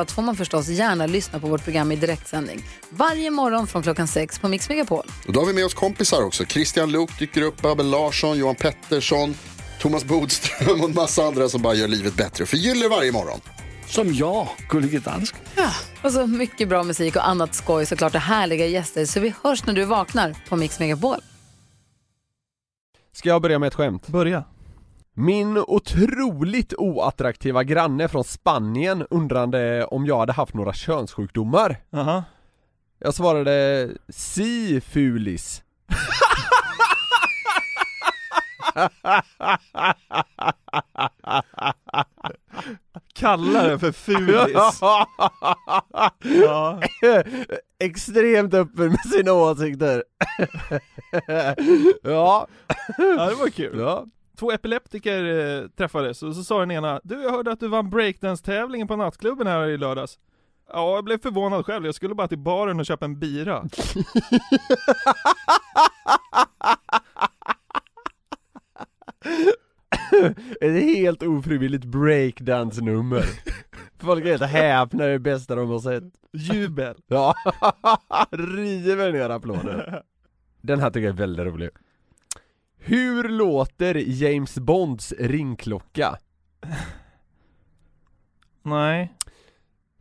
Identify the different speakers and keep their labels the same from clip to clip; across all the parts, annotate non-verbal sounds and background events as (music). Speaker 1: allt får man förstås gärna lyssna på vårt program i direktsändning. Varje morgon från klockan sex på Mix Megapol.
Speaker 2: Och då har vi med oss kompisar också. Christian Luuk dyker upp, Abel Larsson, Johan Pettersson, Thomas Bodström och en massa andra som bara gör livet bättre och förgyller varje morgon.
Speaker 3: Som jag, Gullige Dansken.
Speaker 1: Och så mycket bra musik och annat skoj såklart och härliga gäster. Så vi hörs när du vaknar på Mix Megapol.
Speaker 4: Ska jag börja med ett skämt?
Speaker 5: Börja.
Speaker 4: Min otroligt oattraktiva granne från Spanien undrande om jag hade haft några könssjukdomar
Speaker 5: Aha.
Speaker 4: Jag svarade si fulis
Speaker 5: Kalla den
Speaker 4: (laughs)
Speaker 5: för fulis. ja.
Speaker 4: Extremt öppen med sina åsikter (laughs) Ja,
Speaker 5: ja, det var kul.
Speaker 4: ja
Speaker 5: Två epileptiker eh, träffades och så sa den ena Du, jag hörde att du vann breakdance-tävlingen på nattklubben här i lördags. Ja, jag blev förvånad själv. Jag skulle bara till baren och köpa en bira.
Speaker 4: Ett helt ofrivilligt breakdance-nummer Folk är helt häpna, det är det bästa de har sett
Speaker 5: Jubel.
Speaker 4: Ja, river ner applåder. Den här tycker jag är väldigt rolig. Hur låter James Bonds ringklocka?
Speaker 5: Nej.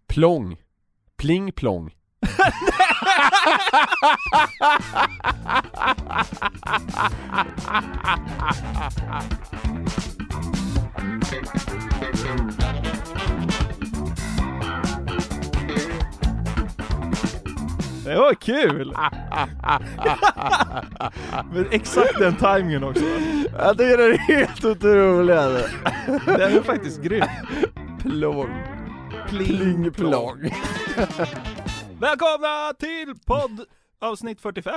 Speaker 4: Plong. Pling plong.
Speaker 5: Det var kul! Men exakt den timingen också.
Speaker 4: Jag tycker den är helt otrolig alltså.
Speaker 5: Den är faktiskt grym.
Speaker 4: Plong. Pling
Speaker 5: (laughs)
Speaker 4: plong.
Speaker 5: Välkomna till podd avsnitt 45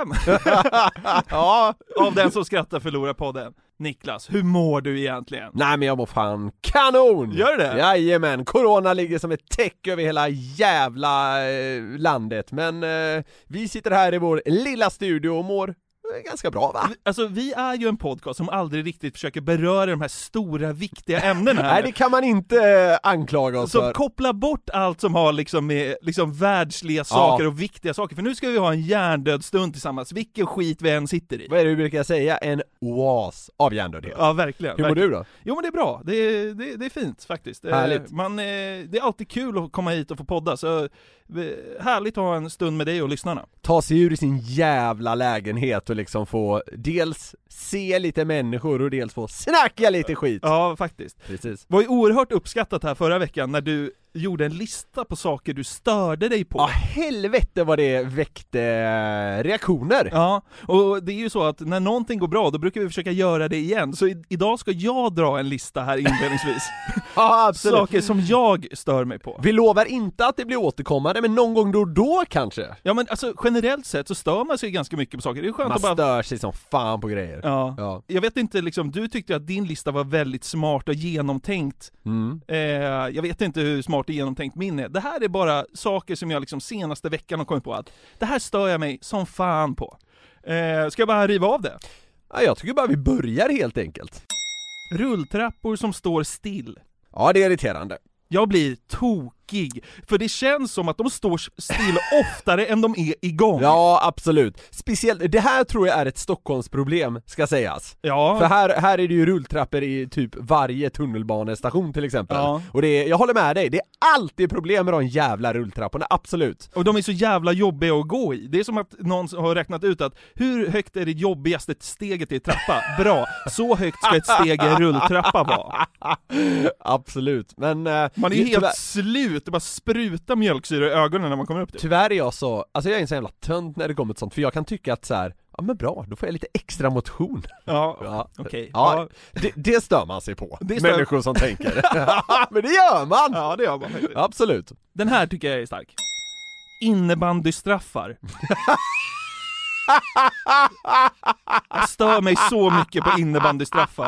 Speaker 4: Ja.
Speaker 5: av Den som skrattar förlorar podden. Niklas, hur mår du egentligen?
Speaker 4: Nej men jag mår fan kanon!
Speaker 5: Gör det?
Speaker 4: Jajamän, corona ligger som ett täcke över hela jävla eh, landet men eh, vi sitter här i vår lilla studio och mår eh, ganska bra va?
Speaker 5: Alltså vi är ju en podcast som aldrig riktigt försöker beröra de här stora viktiga ämnena
Speaker 4: (laughs)
Speaker 5: här.
Speaker 4: Nej det kan man inte eh, anklaga oss
Speaker 5: Som
Speaker 4: för.
Speaker 5: kopplar bort allt som har liksom med liksom världsliga saker och viktiga saker, för nu ska vi ha en hjärndöd stund tillsammans, vilken skit vi än sitter i.
Speaker 4: Vad är det du brukar säga? En oas av hjärndödhet.
Speaker 5: Ja, verkligen.
Speaker 4: Hur mår
Speaker 5: verkligen.
Speaker 4: du då?
Speaker 5: Jo men det är bra, det är, det, är- det är fint faktiskt. Eh,
Speaker 4: Härligt.
Speaker 5: Man, eh, det är alltid kul att komma hit och få podda, så eh, härligt att ha en stund med dig och lyssnarna.
Speaker 4: Ta sig ur sin jävla lägenhet och liksom få dels se lite människor och dels få snacka lite skit.
Speaker 5: Ja, faktiskt.
Speaker 4: Precis.
Speaker 5: Det var ju oerhört uppskattat här förra veckan när du gjorde en lista på saker du störde dig på.
Speaker 4: Ja helvete vad det väckte eh, reaktioner.
Speaker 5: (laughs) Ja, och det är ju så att när någonting går bra, då brukar vi försöka göra det igen. Så i- idag ska jag dra en lista här inledningsvis.
Speaker 4: Ja (laughs) absolut.
Speaker 5: saker som jag stör mig på.
Speaker 4: Vi lovar inte att det blir återkommande men någon gång då och då kanske.
Speaker 5: Ja men alltså generellt sett så stör man sig ganska mycket på saker. Det är skönt
Speaker 4: Man
Speaker 5: att bara...
Speaker 4: stör sig som fan på grejer.
Speaker 5: Ja.
Speaker 4: Ja.
Speaker 5: Jag vet inte liksom, du tyckte att din lista var väldigt smart och genomtänkt.
Speaker 4: Mm.
Speaker 5: Eh, jag vet inte hur smart och genomtänkt min är. Det här är bara saker som jag liksom senaste veckan har kommit på att det här stör jag mig som fan på. Eh, ska jag bara riva av det?
Speaker 4: Ja, jag tycker bara vi börjar helt enkelt.
Speaker 5: Rulltrappor som står still.
Speaker 4: Ja det är irriterande.
Speaker 5: Jag blir tokig, för det känns som att de står still oftare än de är igång.
Speaker 4: Ja, absolut. Speciellt, det här tror jag är ett Stockholmsproblem, ska sägas.
Speaker 5: ja.
Speaker 4: För här, här är det ju rulltrappor i typ varje tunnelbanestation till exempel.
Speaker 5: Ja.
Speaker 4: Och det är, jag håller med dig, det är alltid problem med de jävla rulltrapporna, absolut.
Speaker 5: Och de är så jävla jobbiga att gå i. Det är som att någon har räknat ut att hur högt är det jobbigaste steget i en trappa? Bra, så högt ska ett steg i en rulltrappa vara.
Speaker 4: absolut, men... eh,
Speaker 5: Man är ju
Speaker 4: tyvärr,
Speaker 5: helt slut, det bara sprutar mjölksyra i ögonen när man kommer upp dit.
Speaker 4: tyvärr är jag så, alltså jag är en sån jävla tönt när det kommer till sånt, för jag kan tycka att så här. Ja men bra, då får jag lite extra motion.
Speaker 5: Ja,
Speaker 4: Ja.
Speaker 5: okej.
Speaker 4: Ja,
Speaker 5: Ja.
Speaker 4: Det, det stör man sig på,
Speaker 5: Det stör-
Speaker 4: människor som
Speaker 5: (laughs)
Speaker 4: tänker. men det gör man!
Speaker 5: ja, det gör man faktiskt.
Speaker 4: Absolut.
Speaker 5: Den här tycker jag är stark. Innebandystraffar. Jag stör mig så mycket på innebandystraffar.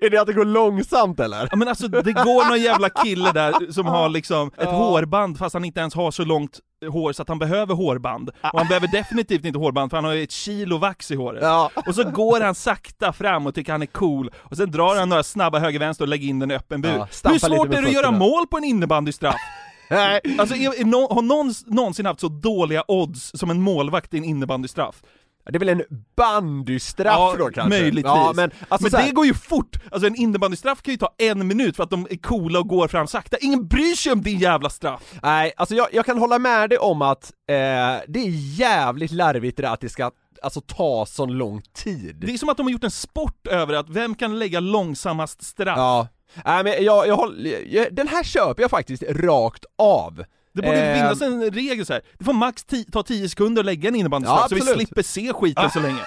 Speaker 4: Är det att det går långsamt eller?
Speaker 5: Ja, men alltså det går någon jävla kille där som har liksom ett
Speaker 4: Ja.
Speaker 5: hårband fast han inte ens har så långt hår så att han behöver hårband. Och han behöver definitivt inte hårband för han har ju ett kilo vax i håret.
Speaker 4: Ja.
Speaker 5: Och så går han sakta fram och tycker han är cool, och sen drar han några snabba höger-vänster och lägger in den i öppen bur.
Speaker 4: Ja,
Speaker 5: Hur
Speaker 4: stampa lite
Speaker 5: svårt
Speaker 4: med
Speaker 5: är det att göra
Speaker 4: fötterna.
Speaker 5: mål på en innebandystraff?
Speaker 4: Nej.
Speaker 5: Alltså, är, är nå- har någon någonsin haft så dåliga odds som en målvakt i en innebandystraff?
Speaker 4: Det är väl en bandystraff
Speaker 5: Ja,
Speaker 4: då kanske?
Speaker 5: möjligtvis.
Speaker 4: Ja, men alltså
Speaker 5: men
Speaker 4: så här,
Speaker 5: det går ju fort! Alltså en innebandystraff kan ju ta en minut för att de är coola och går fram sakta. Ingen bryr sig om din jävla straff!
Speaker 4: Nej, alltså jag, jag kan hålla med dig om att eh, det är jävligt larvigt det där att det ska alltså, ta sån lång tid.
Speaker 5: Det är som att de har gjort en sport över att vem kan lägga långsammast straff?
Speaker 4: Ja. Nej men jag, jag håller, jag, den här köper jag faktiskt rakt av.
Speaker 5: Det borde
Speaker 4: Eh, (laughs)
Speaker 5: finnas en regel så här. det får max ti- ta 10 sekunder att lägga en innebandystraff
Speaker 4: Ja,
Speaker 5: så vi
Speaker 4: absolut.
Speaker 5: slipper se skiten så länge.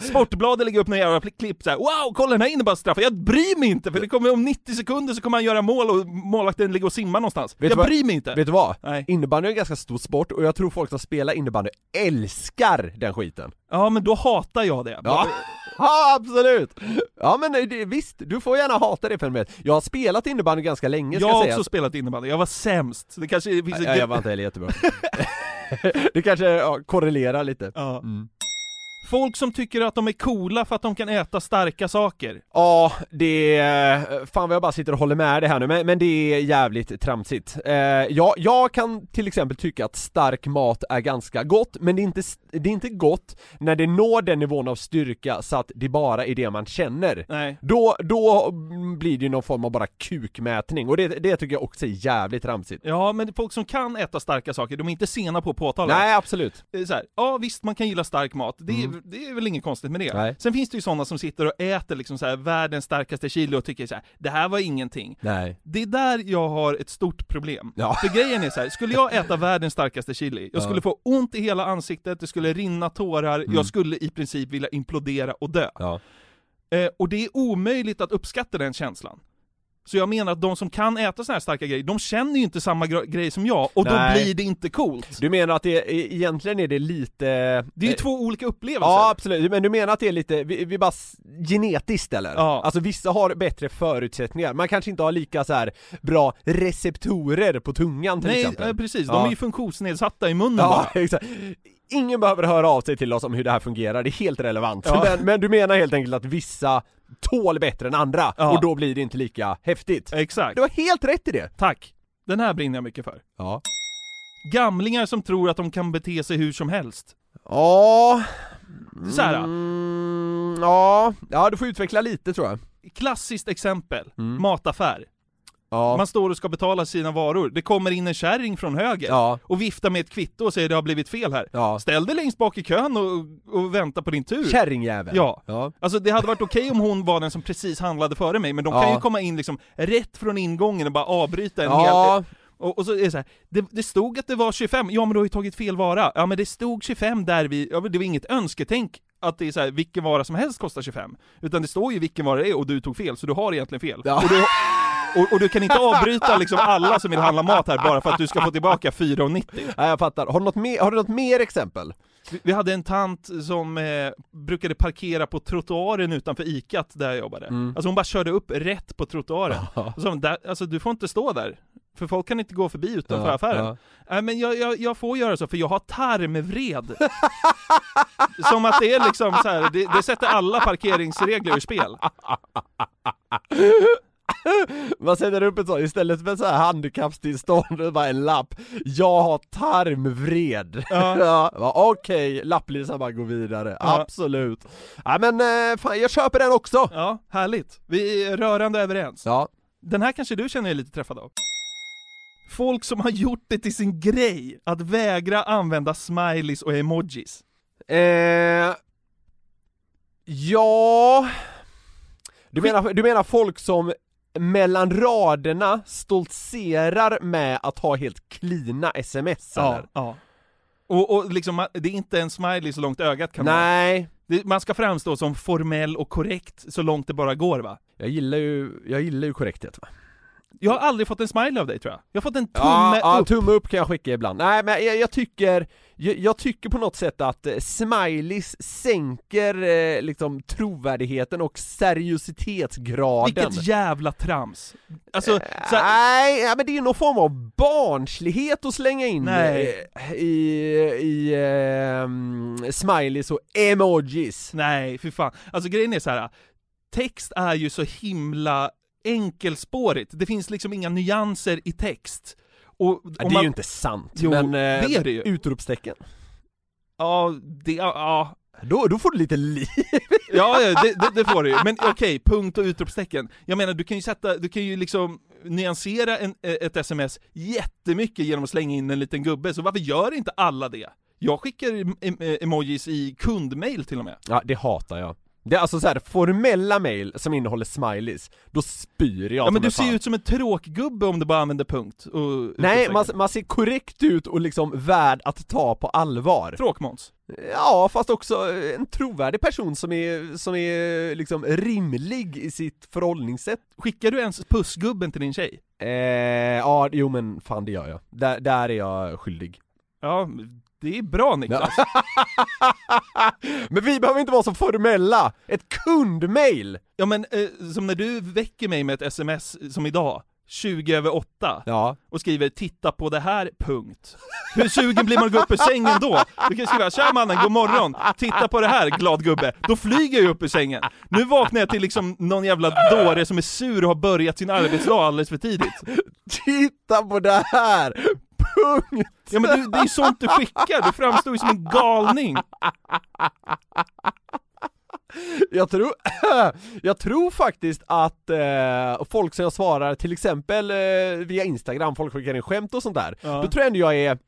Speaker 5: Sportbladet lägger upp några jävla pl- klipp såhär ”Wow, kolla den här innebandystraffen, jag bryr mig inte för det kommer om 90 sekunder så kommer han göra mål och målvakten ligger och simmar någonstans.
Speaker 4: du
Speaker 5: jag
Speaker 4: vad-
Speaker 5: bryr mig inte!”
Speaker 4: Vet du vad?
Speaker 5: Nej.
Speaker 4: Innebandy är en ganska stor sport och jag tror folk som spelar innebandy älskar den skiten.
Speaker 5: Ja men då hatar jag det.
Speaker 4: Ja, ja absolut! Ja men eh, det, visst, du får gärna hata det fenomenet. Jag har spelat innebandy ganska länge ska
Speaker 5: Jag har
Speaker 4: sägas.
Speaker 5: också spelat innebandy, jag var sämst. Det kanske finns ett...
Speaker 4: Ja, jag var inte heller jättebra. (laughs) det kanske ja, korrelerar lite.
Speaker 5: Ja. Folk som tycker att de är coola för att de kan äta starka saker.
Speaker 4: Ja, det... är- Fan vad jag bara sitter och håller med det här nu, men, men det är jävligt tramsigt. Eh, jag, jag kan till exempel tycka att stark mat är ganska gott, men det är, inte, det är inte gott när det når den nivån av styrka så att det bara är det man känner.
Speaker 5: Nej.
Speaker 4: Då, då blir det ju någon form av bara kukmätning, och det, det tycker jag också är jävligt tramsigt.
Speaker 5: Ja, men folk som kan äta starka saker, de är inte sena på att påtala det.
Speaker 4: Nej, absolut.
Speaker 5: det är eh, så här, ja visst man kan gilla stark mat, det är, det är väl inget konstigt med det.
Speaker 4: Mm. Nej.
Speaker 5: Sen finns det ju sådana som sitter och äter liksom så här, världens starkaste chili och tycker så här, det här var ingenting.
Speaker 4: Nej.
Speaker 5: Det är där jag har ett stort problem.
Speaker 4: Ja.
Speaker 5: För grejen är så här, skulle jag äta världens starkaste chili, jag skulle få ont i hela ansiktet, det skulle rinna tårar,
Speaker 4: Mm.
Speaker 5: jag skulle i princip vilja implodera och dö.
Speaker 4: Ja.
Speaker 5: Eh, och det är omöjligt att uppskatta den känslan. Så jag menar att de som kan äta sådana här starka grejer, de känner ju inte samma gra- grej som jag, och då
Speaker 4: Nej.
Speaker 5: blir det inte coolt.
Speaker 4: Du menar att det, e- egentligen är det lite...
Speaker 5: Det är ju två olika upplevelser.
Speaker 4: Ja absolut, men du menar att det är lite, vi, vi bara s- genetiskt eller?
Speaker 5: Ja.
Speaker 4: Alltså vissa har bättre förutsättningar, man kanske inte har lika så här bra receptorer på tungan till
Speaker 5: Nej,
Speaker 4: exempel
Speaker 5: eh, precis. De
Speaker 4: Ja.
Speaker 5: är ju funktionsnedsatta i munnen
Speaker 4: Ja, (laughs)
Speaker 5: bara.
Speaker 4: exakt. Ingen behöver höra av sig till oss om hur det här fungerar, det är helt relevant.
Speaker 5: Ja.
Speaker 4: Men, men du menar helt enkelt att vissa tål bättre än andra,
Speaker 5: Ja. Eh,
Speaker 4: och då blir det inte lika häftigt.
Speaker 5: Exakt.
Speaker 4: Du har helt rätt i det!
Speaker 5: Tack. Den här brinner jag mycket för.
Speaker 4: Ja.
Speaker 5: Gamlingar som tror att de kan bete sig hur som helst.
Speaker 4: Ja...
Speaker 5: Så här,
Speaker 4: Mm, ja, ja du får utveckla lite tror jag.
Speaker 5: Klassiskt exempel, mataffär.
Speaker 4: Mm. Ja.
Speaker 5: Man står och ska betala sina varor. Det kommer in en kärring från höger
Speaker 4: Ja.
Speaker 5: och viftar med ett kvitto och säger det har blivit fel här.
Speaker 4: Ja.
Speaker 5: Ställ dig längst bak i kön och, och vänta på din tur.
Speaker 4: Kärringjävel.
Speaker 5: Ja.
Speaker 4: ja.
Speaker 5: Alltså det hade varit okej om hon var den som precis handlade före mig, men de kan
Speaker 4: Ja.
Speaker 5: ju komma in liksom rätt från ingången och bara avbryta en hel...
Speaker 4: Ja,
Speaker 5: Och, och så är det så här, det, det stod att det var 25, ja men du har ju tagit fel vara. Ja men det stod 25 där vi, ja, men det var inget önsketänk att det är så här, vilken vara som helst kostar 25. Utan det står ju vilken vara det är och du tog fel, så du har egentligen fel.
Speaker 4: Ja.
Speaker 5: Och, du,
Speaker 4: (laughs)
Speaker 5: och, och du kan inte avbryta liksom alla som vill handla mat här bara för att du ska få tillbaka 4,90.
Speaker 4: ja, jag fattar. Har du, något mer, har du något mer exempel?
Speaker 5: Vi- Vi hade en tant som eh, brukade parkera på trottoaren utanför ikat där jag jobbade.
Speaker 4: Mm.
Speaker 5: Alltså hon bara körde upp rätt på trottoaren. Och så, där, alltså du får inte stå där. För folk kan inte gå förbi utanför
Speaker 4: Ja,
Speaker 5: affären.
Speaker 4: ja. (laughs)
Speaker 5: Nej men jag, jag, jag får göra så, för jag har tarmvred. (laughs) Som att det är liksom så här, det, det sätter alla parkeringsregler ur spel.
Speaker 4: Man sätter upp ett sånt, istället för så här handikappstillstånd, (laughs) det är bara en lapp. Jag har tarmvred.
Speaker 5: Ja.
Speaker 4: (laughs) Ja, va, Okej, lapplisan bara går vidare.
Speaker 5: Ja.
Speaker 4: Absolut. Ja men eh, fan, jag köper den också!
Speaker 5: Ja, härligt. Vi är rörande överens.
Speaker 4: Ja.
Speaker 5: Den här kanske du känner dig lite träffad av. Folk som har gjort det till sin grej att vägra använda smileys och emojis.
Speaker 4: Eh, ja... Du menar, du menar folk som mellan raderna stoltserar med att ha helt klina sms eller?
Speaker 5: Ja. Och, och liksom, det är inte en smiley så långt ögat kan vara.
Speaker 4: Nej,
Speaker 5: Det, man ska framstå som formell och korrekt så långt det bara går va?
Speaker 4: Jag gillar ju, jag gillar ju korrekthet va?
Speaker 5: Jag har aldrig fått en smile av dig tror jag. Jag har fått en tumme
Speaker 4: Ja, ja,
Speaker 5: upp.
Speaker 4: tumme upp kan jag skicka ibland. Nej men jag, jag tycker, jag, jag tycker på något sätt att eh, smileys sänker eh, liksom trovärdigheten och seriositetsgraden.
Speaker 5: Vilket jävla trams. Alltså, så här,
Speaker 4: Eh, Nej, ja, men det är ju någon form av barnslighet att slänga in
Speaker 5: Nej.
Speaker 4: eh, i, i eh, smileys och emojis.
Speaker 5: Nej, för fan. Alltså grejen är så här. text är ju så himla enkelspårigt. Det finns liksom inga nyanser i text. Och,
Speaker 4: Ja,
Speaker 5: om
Speaker 4: det är
Speaker 5: man-
Speaker 4: ju inte sant,
Speaker 5: Jo,
Speaker 4: men eh,
Speaker 5: det är det ju.
Speaker 4: utropstecken.
Speaker 5: Ja, det, ja,
Speaker 4: Då, då får du lite liv.
Speaker 5: ja, ja det, det, det får du ju. Men okej, punkt och utropstecken. Jag menar, du kan ju sätta, du kan ju liksom nyansera en, eh, ett sms jättemycket genom att slänga in en liten gubbe, så varför gör inte alla det? Jag skickar em- em- emojis i kundmail till och med.
Speaker 4: (laughs) Ja, det hatar jag. Det är alltså så här, formella mail som innehåller smileys, då spyr jag
Speaker 5: Ja, men
Speaker 4: som
Speaker 5: du
Speaker 4: en
Speaker 5: ser
Speaker 4: fan.
Speaker 5: ju ut som en tråkgubbe om du bara använder punkt och
Speaker 4: Nej,
Speaker 5: utropstecken.
Speaker 4: man, man ser korrekt ut och liksom värd att ta på allvar.
Speaker 5: Tråkmåns.
Speaker 4: Ja, fast också eh, en trovärdig person som är, som är liksom rimlig i sitt förhållningssätt.
Speaker 5: Skickar du ens pussgubben till din tjej?
Speaker 4: Eh, ja, jo men fan det gör jag. Där, där är jag skyldig.
Speaker 5: Ja, det är bra Niklas.
Speaker 4: (laughs) men vi behöver inte vara så formella! Ett kundmail!
Speaker 5: Ja men eh, som när du väcker mig med ett sms som idag, 20 över 8,
Speaker 4: Ja.
Speaker 5: och skriver 'Titta på det här, punkt' Hur sugen blir man att gå upp ur sängen då? Du kan skriva 'Tja mannen, god morgon, titta på det här, glad gubbe' Då flyger jag upp ur sängen. Nu vaknar jag till liksom någon jävla dåre som är sur och har börjat sin arbetsdag alldeles för tidigt.
Speaker 4: Titta på det här! Punkt!
Speaker 5: Ja men du, det är ju sånt du skickar, du framstår ju som en galning.
Speaker 4: Jag tror, (clears throat) jag tror faktiskt att eh, folk som jag svarar, till exempel eh, via Instagram, folk skickar in skämt och sånt där,
Speaker 5: Ja.
Speaker 4: då tror jag ändå jag är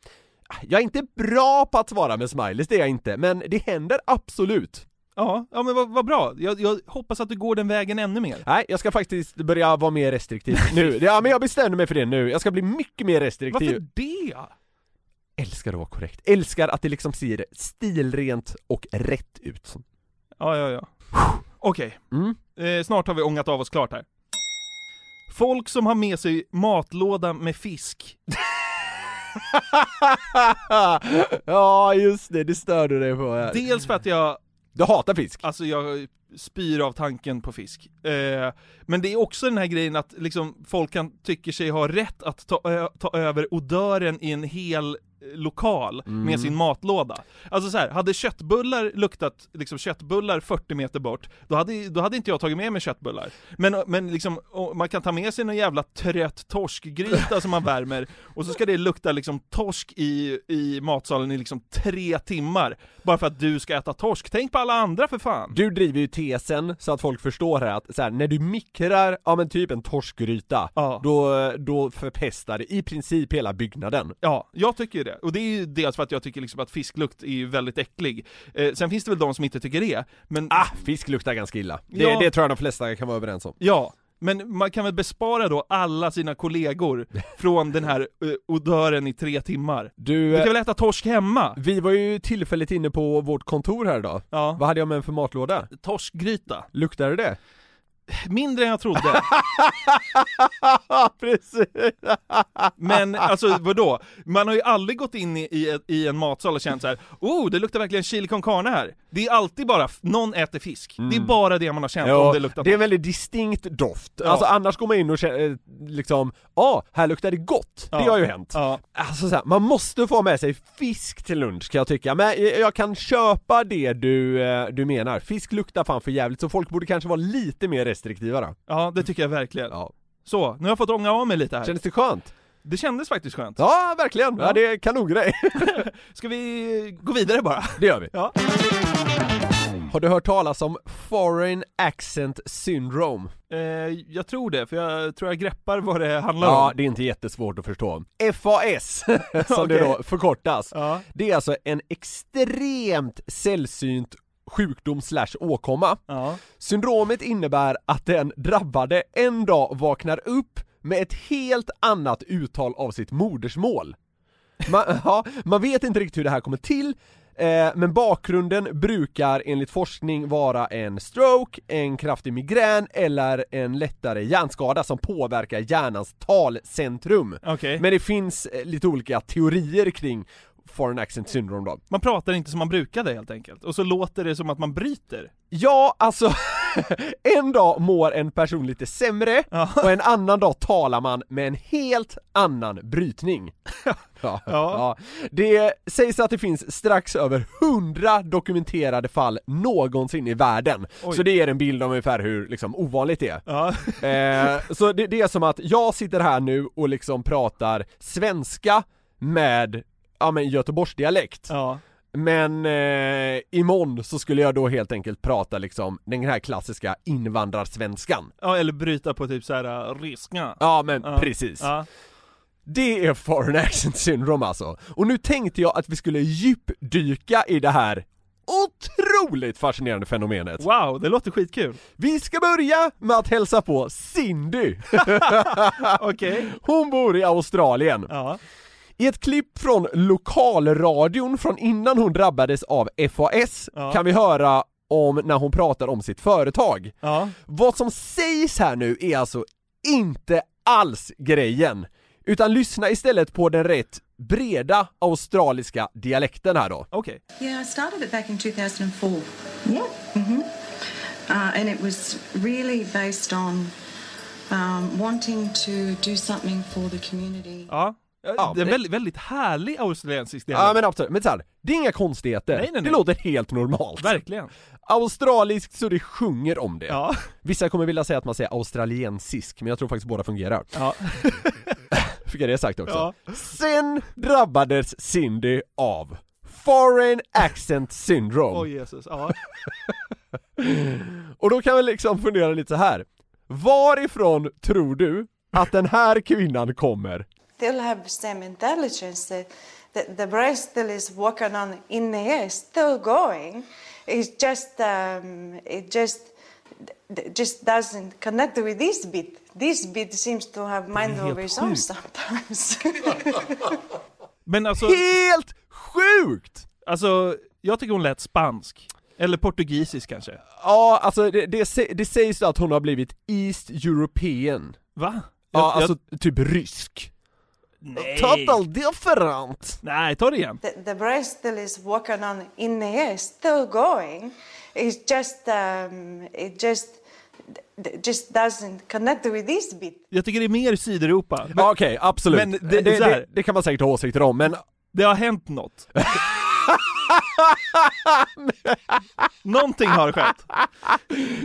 Speaker 4: jag är inte bra på att svara med smileys, det är jag inte, men det händer absolut.
Speaker 5: Ja, ja men vad vad bra. Jag, jag hoppas att du går den vägen ännu mer.
Speaker 4: Nej, jag ska faktiskt börja vara mer restriktiv nu. Ja, men jag bestämde mig för det nu. Jag ska bli mycket mer restriktiv.
Speaker 5: Varför det?
Speaker 4: Älskar att vara korrekt. Älskar att det liksom ser stilrent och rätt ut. (laughs)
Speaker 5: Ja, ja, ja. Okej,
Speaker 4: Mm.
Speaker 5: eh, snart har vi ångat av oss klart här. Folk som har med sig matlåda med fisk.
Speaker 4: ja, just det, det stör du dig på. Det...
Speaker 5: Dels för att jag,
Speaker 4: Du hatar fisk.
Speaker 5: alltså jag spyr av tanken på fisk. Eh, men det är också den här grejen att liksom folk kan, tycker sig ha rätt att ta, ö, ta över odören i en hel eh, lokal med sin matlåda. Alltså så här, hade köttbullar luktat liksom köttbullar 40 meter bort, då hade, då hade inte jag tagit med mig köttbullar. Men, men liksom, och man kan ta med sig någon jävla trött torskgryta som man värmer, och så ska det lukta liksom torsk i, i matsalen i liksom tre timmar, bara för att du ska äta torsk. Tänk på alla andra för fan!
Speaker 4: Du driver ju tesen så att folk förstår här att så här, när du mikrar, ja men typ en torskgryta,
Speaker 5: Ja.
Speaker 4: då, då förpestar det i princip hela byggnaden.
Speaker 5: Ja, jag tycker ju det. Och det är ju dels för att jag tycker liksom att fisklukt är ju väldigt äcklig. Eh, sen finns det väl de som inte tycker det, men
Speaker 4: Ah, fisk luktar ganska illa. Det,
Speaker 5: Ja.
Speaker 4: det tror jag de flesta kan vara överens om.
Speaker 5: ja. Men man kan väl bespara då alla
Speaker 4: (laughs)
Speaker 5: sina kollegor från den här eh, odören i tre timmar.
Speaker 4: Du,
Speaker 5: Du
Speaker 4: eh,
Speaker 5: kan väl äta torsk hemma?
Speaker 4: vi var ju tillfälligt inne på vårt kontor här idag.
Speaker 5: Ja.
Speaker 4: Vad hade jag med för matlåda?
Speaker 5: Torskgryta.
Speaker 4: Luktade det?
Speaker 5: Mindre än
Speaker 4: (laughs)
Speaker 5: jag trodde.
Speaker 4: Precis!
Speaker 5: Men alltså vadå? Man har ju aldrig gått in i, i, ett- i en matsal och känt så här: oh det luktar verkligen chili con carne här. Det är alltid bara, f- någon äter fisk. Det är bara det man har känt om
Speaker 4: Mm. Ja,
Speaker 5: det luktar
Speaker 4: det är en väldigt distinkt doft.
Speaker 5: Ja.
Speaker 4: Alltså annars går man in och känner, eh, liksom, ja, ah, här luktar det gott. Det
Speaker 5: Ja.
Speaker 4: har ju hänt.
Speaker 5: Ja.
Speaker 4: Alltså så här, man måste få med sig fisk till lunch kan jag tycka, men jag- jag kan köpa det du, eh, du menar. Fisk luktar fan för jävligt så folk borde kanske vara lite mer restriktiva då.
Speaker 5: Ja, det tycker jag verkligen.
Speaker 4: Ja.
Speaker 5: Så, nu har jag fått ånga av mig lite här.
Speaker 4: Kändes det skönt?
Speaker 5: Det kändes faktiskt skönt.
Speaker 4: Ja, verkligen! Ja,
Speaker 5: Ja.
Speaker 4: det är kanongrej.
Speaker 5: Ska vi gå vidare bara?
Speaker 4: (laughs) Det gör vi.
Speaker 5: Ja.
Speaker 4: Har du hört talas om foreign accent syndrome?
Speaker 5: Eh, jag tror det, för jag tror jag greppar vad det handlar
Speaker 4: Ja,
Speaker 5: om.
Speaker 4: det är inte jättesvårt att förstå. (laughs) FAS, som det
Speaker 5: Okej.
Speaker 4: då förkortas.
Speaker 5: Ja.
Speaker 4: Det är alltså en extremt sällsynt sjukdom slash åkomma.
Speaker 5: Ja.
Speaker 4: Syndromet innebär att den drabbade en dag vaknar upp med ett helt (laughs) annat uttal av sitt modersmål. Man, ja, man vet inte riktigt hur det här kommer till, Eh, Men bakgrunden brukar enligt forskning vara en stroke, en kraftig migrän eller en lättare hjärnskada som påverkar hjärnans talcentrum.
Speaker 5: Okej.
Speaker 4: Men det finns eh, lite olika teorier kring foreign accent syndrome då.
Speaker 5: Man pratar inte som man brukade helt enkelt. Och så låter det som att man bryter.
Speaker 4: Ja, alltså, (laughs) en dag mår en person lite sämre
Speaker 5: Ja.
Speaker 4: och en annan dag talar man med en helt annan
Speaker 5: (laughs)
Speaker 4: brytning. Ja, ja. Det sägs att det finns strax över 100 dokumenterade fall någonsin i världen.
Speaker 5: Oj.
Speaker 4: Så det ger en bild av ungefär hur liksom, ovanligt det är.
Speaker 5: Ja.
Speaker 4: Eh, så det, det är som att jag sitter här nu och liksom pratar svenska med, ja men göteborgsdialekt.
Speaker 5: (laughs) ja.
Speaker 4: Men eh, imorgon så skulle jag då helt enkelt prata liksom den här klassiska invandrarsvenskan.
Speaker 5: Ja, eller bryta på typ så här ryska.
Speaker 4: Ja men
Speaker 5: Ja.
Speaker 4: precis.
Speaker 5: Ja.
Speaker 4: Det är foreign (laughs) accent syndrome alltså. Och nu tänkte jag att vi skulle djupdyka i det här otroligt fascinerande fenomenet.
Speaker 5: Wow, det låter skitkul.
Speaker 4: Vi ska börja med att hälsa på Cindy. (laughs)
Speaker 5: Okej.
Speaker 4: Hon bor i Australien.
Speaker 5: Ja.
Speaker 4: I ett klipp från lokalradion från innan hon drabbades av FAS
Speaker 5: Ja.
Speaker 4: kan vi höra om när hon pratar om sitt företag.
Speaker 5: Ja.
Speaker 4: Vad som sägs här nu är alltså inte alls grejen. Utan lyssna istället på den rätt breda australiska dialekten här då.
Speaker 5: Okej.
Speaker 6: Yeah, I started it back in 2004. Yeah. hmm Uh, and it was really based on um, wanting to do something for the community.
Speaker 5: Ja.
Speaker 4: Ja,
Speaker 5: det är
Speaker 4: men-
Speaker 5: en väldigt, väldigt härlig australiensisk
Speaker 4: Ja
Speaker 5: dialekt.
Speaker 4: men absolut, men så här, det är inga konstigheter.
Speaker 5: Nej, nej, nej.
Speaker 4: Det låter helt normalt.
Speaker 5: Verkligen.
Speaker 4: Australiskt så det sjunger om det.
Speaker 5: Ja.
Speaker 4: Vissa kommer vilja säga att man säger australiensisk, men jag tror faktiskt båda fungerar.
Speaker 5: Ja.
Speaker 4: (laughs) Fick jag det sagt också.
Speaker 5: Ja.
Speaker 4: Sen drabbades Cindy av Foreign Accent Syndrome.
Speaker 5: Oj Jesus. Ja.
Speaker 4: Och då kan vi liksom fundera lite så här. Varifrån tror du att den här kvinnan kommer?
Speaker 7: still have same intelligence. The, the, the brain still is working on in the air, still going. It's just um, it just it just doesn't connect with this bit. This bit seems to have mind
Speaker 5: helt
Speaker 7: over its own
Speaker 5: sjukt.
Speaker 7: sometimes. (laughs)
Speaker 5: Men
Speaker 4: (laughs)
Speaker 5: alltså,
Speaker 4: Helt sjukt!
Speaker 5: alltså, jag tycker hon lät spansk. Eller portugisisk kanske.
Speaker 4: Ja, alltså det, det, sä- det sägs att hon har blivit East European.
Speaker 5: Va?
Speaker 4: Ja,
Speaker 5: Jag-
Speaker 4: alltså
Speaker 5: jag-
Speaker 4: typ rysk.
Speaker 5: nej.
Speaker 4: Total different!
Speaker 5: nej, ta det igen.
Speaker 7: the, the brain still is working on in the air, still going. It's just um, it just it just doesn't connect with this bit.
Speaker 5: Jag tycker det är mer Sydeuropa. Men
Speaker 4: Ja, Okej, absolut.
Speaker 5: men det-
Speaker 4: det, det,
Speaker 5: så här.
Speaker 4: det, kan man säkert ha åsikter om, men
Speaker 5: det har
Speaker 4: (laughs)
Speaker 5: hänt något. Någonting har skett.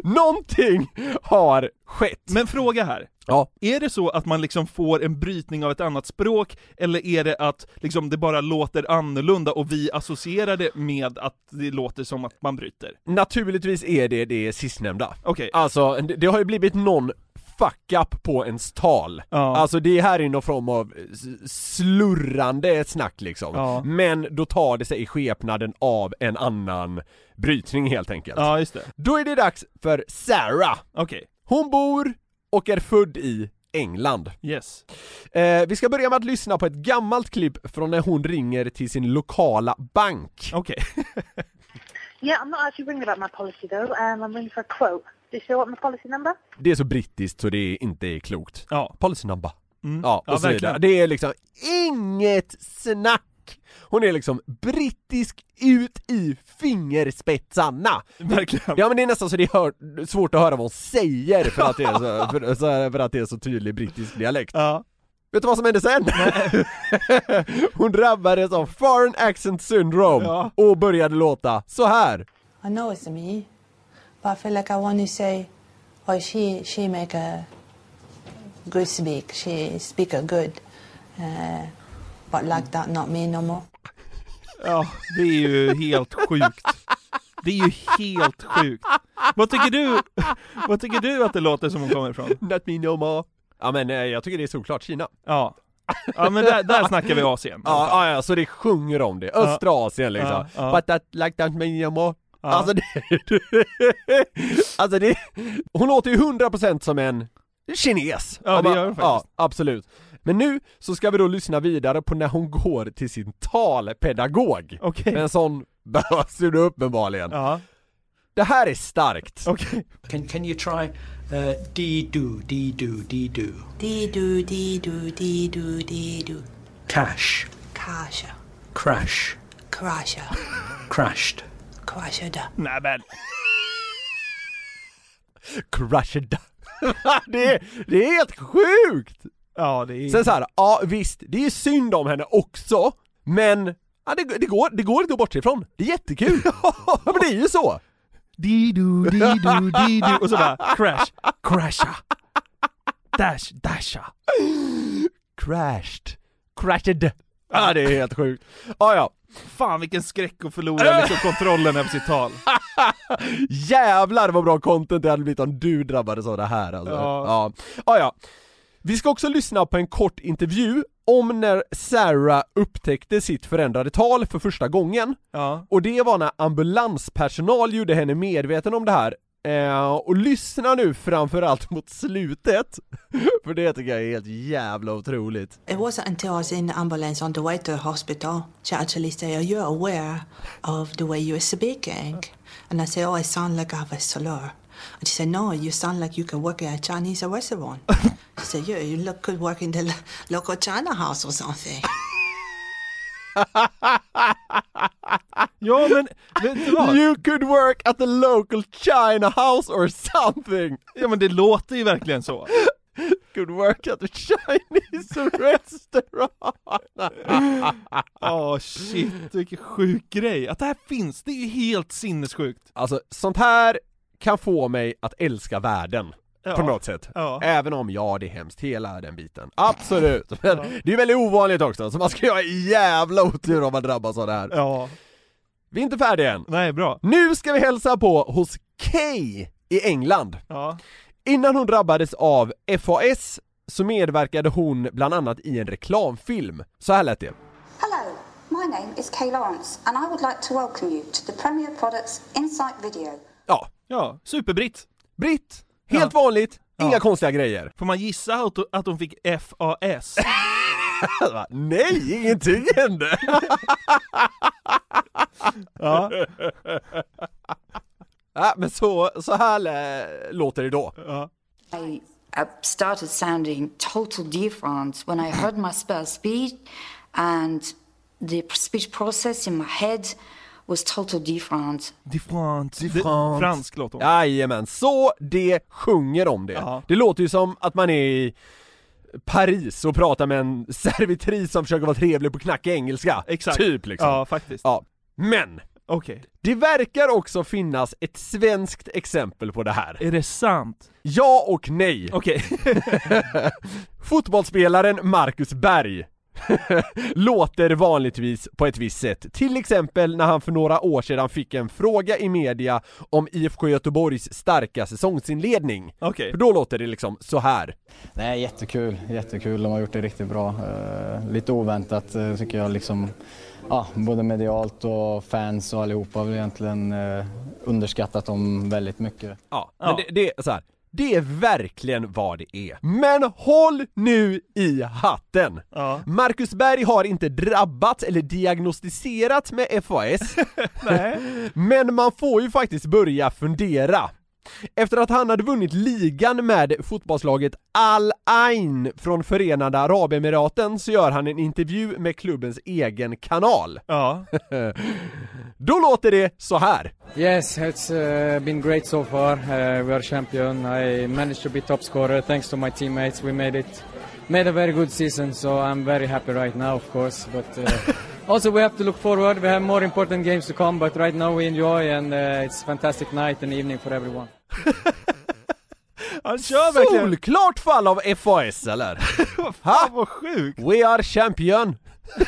Speaker 4: någonting har skett.
Speaker 5: Men fråga här.
Speaker 4: Ja.
Speaker 5: Är det så att man liksom får en brytning av ett annat språk, eller är det att liksom det bara låter annorlunda och vi associerar det med att det låter som att man bryter?
Speaker 4: Naturligtvis är det det sistnämnda.
Speaker 5: Okej.
Speaker 4: Alltså, det, det har ju blivit någon fuck-up på ens tal.
Speaker 5: Ja.
Speaker 4: Alltså det här är någon form av s- slurrande snack liksom.
Speaker 5: Ja.
Speaker 4: Men då tar det sig i skepnaden av en annan brytning helt enkelt.
Speaker 5: Ja, just det.
Speaker 4: Då är det dags för Sarah.
Speaker 5: Okej.
Speaker 4: Hon bor och är född i England.
Speaker 5: Yes.
Speaker 4: Eh, vi ska börja med att lyssna på ett gammalt klipp från när hon ringer till sin lokala bank.
Speaker 5: Okej. (laughs)
Speaker 8: Yeah, I'm not actually ringing about my policy though. Um, I'm ringing for a quote. Do you still want my policy number?
Speaker 4: Det är så brittiskt så det är inte klokt.
Speaker 5: Ja.
Speaker 4: Policy number.
Speaker 5: Mm.
Speaker 4: Ja, och
Speaker 5: Ja,
Speaker 4: så vidare.
Speaker 5: verkligen.
Speaker 4: Det är liksom inget snack! Hon är liksom brittisk ut i fingerspetsarna!
Speaker 5: Verkligen.
Speaker 4: Ja men det är nästan så det är hör- svårt att höra vad hon säger för att det är
Speaker 5: (laughs)
Speaker 4: så, för, så här- för att det är så tydlig brittisk dialekt.
Speaker 5: Ja.
Speaker 4: Vet du vad som hände sen? (laughs) hon drabbades av foreign accent syndrome
Speaker 5: Ja.
Speaker 4: och började låta så här.
Speaker 9: I know it's me, but I feel like I want to say, oh, she she make a good speak. She speak a good, uh, but like that, not me no more.
Speaker 5: ja, det är ju helt sjukt. Det är ju helt sjukt. Vad tycker du, vad tycker du att det låter som hon kommer ifrån?
Speaker 4: Not me no more. Ja men eh, jag tycker det är såklart Kina.
Speaker 5: Ja. Ja men där, där snackar vi Asien.
Speaker 4: Ja, ja, ja, så det sjunger om det. Östra Asien liksom.
Speaker 5: Ja, ja.
Speaker 4: But that like that mean you more. Alltså det... (laughs) alltså det... Hon låter ju 100% som en kines.
Speaker 5: Ja, det
Speaker 4: man-
Speaker 5: gör hon faktiskt.
Speaker 4: Ja, absolut. Men nu så ska vi då lyssna vidare på när hon går till sin talpedagog.
Speaker 5: Okej.
Speaker 4: Men en sån behövs ju då uppenbarligen.
Speaker 5: Ja.
Speaker 4: Det här är starkt.
Speaker 5: Okej.
Speaker 10: Can can you try uh, dee do dee do dee do
Speaker 9: Dee do, dee do, dee do, dee do.
Speaker 10: cash
Speaker 9: Kasha,
Speaker 10: crash
Speaker 9: krasha,
Speaker 10: crashed?
Speaker 9: krasha da.
Speaker 5: Nej men.
Speaker 4: Crushed. (laughs) det, är, det är helt sjukt!
Speaker 5: Ja det är...
Speaker 4: Sen så här, ja visst, det är synd om henne också, men ja, det, det, går, det går inte att bortse ifrån. Det är jättekul! ja men det är ju så!
Speaker 5: Didu, didu, didu. Och så bara crash, crasha. Dash, dasha.
Speaker 4: Crashed. Crashed. Ja det är helt sjukt. Ja ja.
Speaker 5: Fan vilken skräck att förlora liksom kontrollen över sitt tal.
Speaker 4: Jävlar vad bra content det hade blivit om du drabbades av det här alltså.
Speaker 5: Ja.
Speaker 4: Ja. Ja, ja. Vi ska också lyssna på en kort intervju om när Sarah upptäckte sitt förändrade tal för första gången.
Speaker 5: Ja.
Speaker 4: Och det var när ambulanspersonal gjorde henne medveten om det här. Eh, och lyssna nu framförallt (laughs) mot slutet, (laughs) för det tycker jag är helt jävla otroligt.
Speaker 9: It wasn't until I was in the ambulance on the way to the hospital. She actually said, Are you aware of the way you're speaking? And I said, Oh, I sound like I have a slur. And she said, No, you sound like you can work at a Chinese restaurant. she said, Yeah, you look, could work in the lo- local China house or something.
Speaker 5: Ja men, vet du vad?
Speaker 4: (laughs) You could work at the local China house or something!
Speaker 5: Ja men det låter ju verkligen (laughs) så.
Speaker 4: Could work at a (laughs) Chinese (laughs) restaurant!
Speaker 5: Åh shit, vilken sjuk grej. Att det här finns, det är ju helt sinnessjukt.
Speaker 4: Alltså, sånt här kan få mig att älska världen.
Speaker 5: Ja.
Speaker 4: På något sätt.
Speaker 5: Ja.
Speaker 4: Även om, ja det är hemskt, hela den biten. Absolut! Men det är väldigt ovanligt också, så man ska ju ha jävla otur om man drabbas av det här.
Speaker 5: Ja.
Speaker 4: Vi är inte färdiga än.
Speaker 5: Nej, bra.
Speaker 4: Nu ska vi hälsa på hos Kay i England.
Speaker 5: Ja.
Speaker 4: Innan hon drabbades av FAS så medverkade hon bland annat i en reklamfilm. Så här lät det.
Speaker 11: Hello, my name is Kay Lawrence, and I would like to welcome you to the Premier Products Insight video.
Speaker 4: Ja,
Speaker 5: Ja, superbritt.
Speaker 4: Britt! Helt vanligt, inga konstiga grejer.
Speaker 5: Får man gissa att- att hon fick (laughs) FAS?
Speaker 4: Nej, ingenting hände!
Speaker 5: Ja.
Speaker 4: (laughs) Ja, men så, så här lä- låter det då.
Speaker 11: I uh, started sounding total defiant when I heard my first speech, and the speech process in my head was total defiant.
Speaker 5: Different.
Speaker 4: Different.
Speaker 5: Fransk låter hon.
Speaker 4: Jajamän, så det sjunger om det.
Speaker 5: Ja.
Speaker 4: Det låter ju som att man är i Paris och pratar med en servitris som försöker vara trevlig på knackig engelska.
Speaker 5: Exakt.
Speaker 4: Typ liksom.
Speaker 5: Ja, faktiskt.
Speaker 4: Ja. Men!
Speaker 5: Okej.
Speaker 4: Det verkar också finnas ett svenskt exempel på det här.
Speaker 5: Är det sant?
Speaker 4: Ja och nej.
Speaker 5: Okej.
Speaker 4: (laughs) Fotbollsspelaren Marcus Berg (laughs) låter vanligtvis på ett visst sätt. Till exempel när han för några år sedan fick en fråga i media om IFK Göteborgs starka säsongsinledning.
Speaker 5: (laughs) Okej.
Speaker 4: För då låter det liksom så här.
Speaker 10: Nej, jättekul, jättekul. De har gjort det riktigt bra. Eh, lite oväntat eh, tycker jag, liksom, ja, både medialt och fans och allihopa har väl egentligen eh, underskattat dem väldigt mycket.
Speaker 4: Ja,
Speaker 5: Ja.
Speaker 4: men det, det är så här. Det är verkligen vad det är. Men håll nu i hatten!
Speaker 5: Ja.
Speaker 4: Marcus Berg har inte drabbats eller diagnostiserats med
Speaker 5: (laughs)
Speaker 4: FAS, men man får ju faktiskt börja fundera. Efter att han hade vunnit ligan med fotbollslaget Al Ain från Förenade Arabemiraten så gör han en intervju med klubbens egen kanal.
Speaker 5: Ja.
Speaker 4: (laughs) Då låter det så här.
Speaker 10: Yes, it's uh, been great so far. Uh, we are champion. I managed to be top scorer thanks to my teammates. We made it, made a very good season. So I'm very happy right now, of course. But uh,
Speaker 5: (laughs)
Speaker 10: also we have to look forward. We have more important games to come. But right now we enjoy, and uh, it's a fantastic night and evening for
Speaker 5: (laughs)
Speaker 10: everyone.
Speaker 5: Han kör verkligen.
Speaker 4: Solklart fall av FAS eller? Ha?
Speaker 5: Vad
Speaker 4: (laughs)
Speaker 5: sjukt.
Speaker 4: We are champion!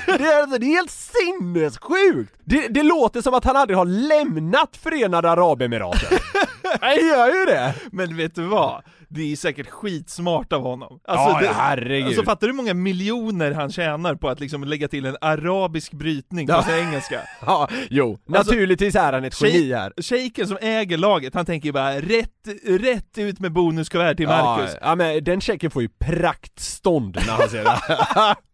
Speaker 4: det, är, det är helt sinnessjukt! Det, det låter som att han aldrig har lämnat Förenade Arabemiraten. Han gör ju det!
Speaker 5: Men vet du vad? det är säkert skitsmart av honom. Alltså,
Speaker 4: Ja,
Speaker 5: det,
Speaker 4: ja, herregud.
Speaker 5: Alltså fattar du hur många miljoner han tjänar på att liksom lägga till en arabisk brytning på
Speaker 4: Ja.
Speaker 5: sin
Speaker 4: (laughs)
Speaker 5: engelska?
Speaker 4: Ja, jo. Naturligtvis är han
Speaker 5: Alltså,
Speaker 4: ett geni här.
Speaker 5: Shejken som äger laget, han tänker ju bara rätt, rätt ut med bonuskuvert till Marcus.
Speaker 4: Ja, ja men den checken får ju praktstånd när han ser det. (laughs)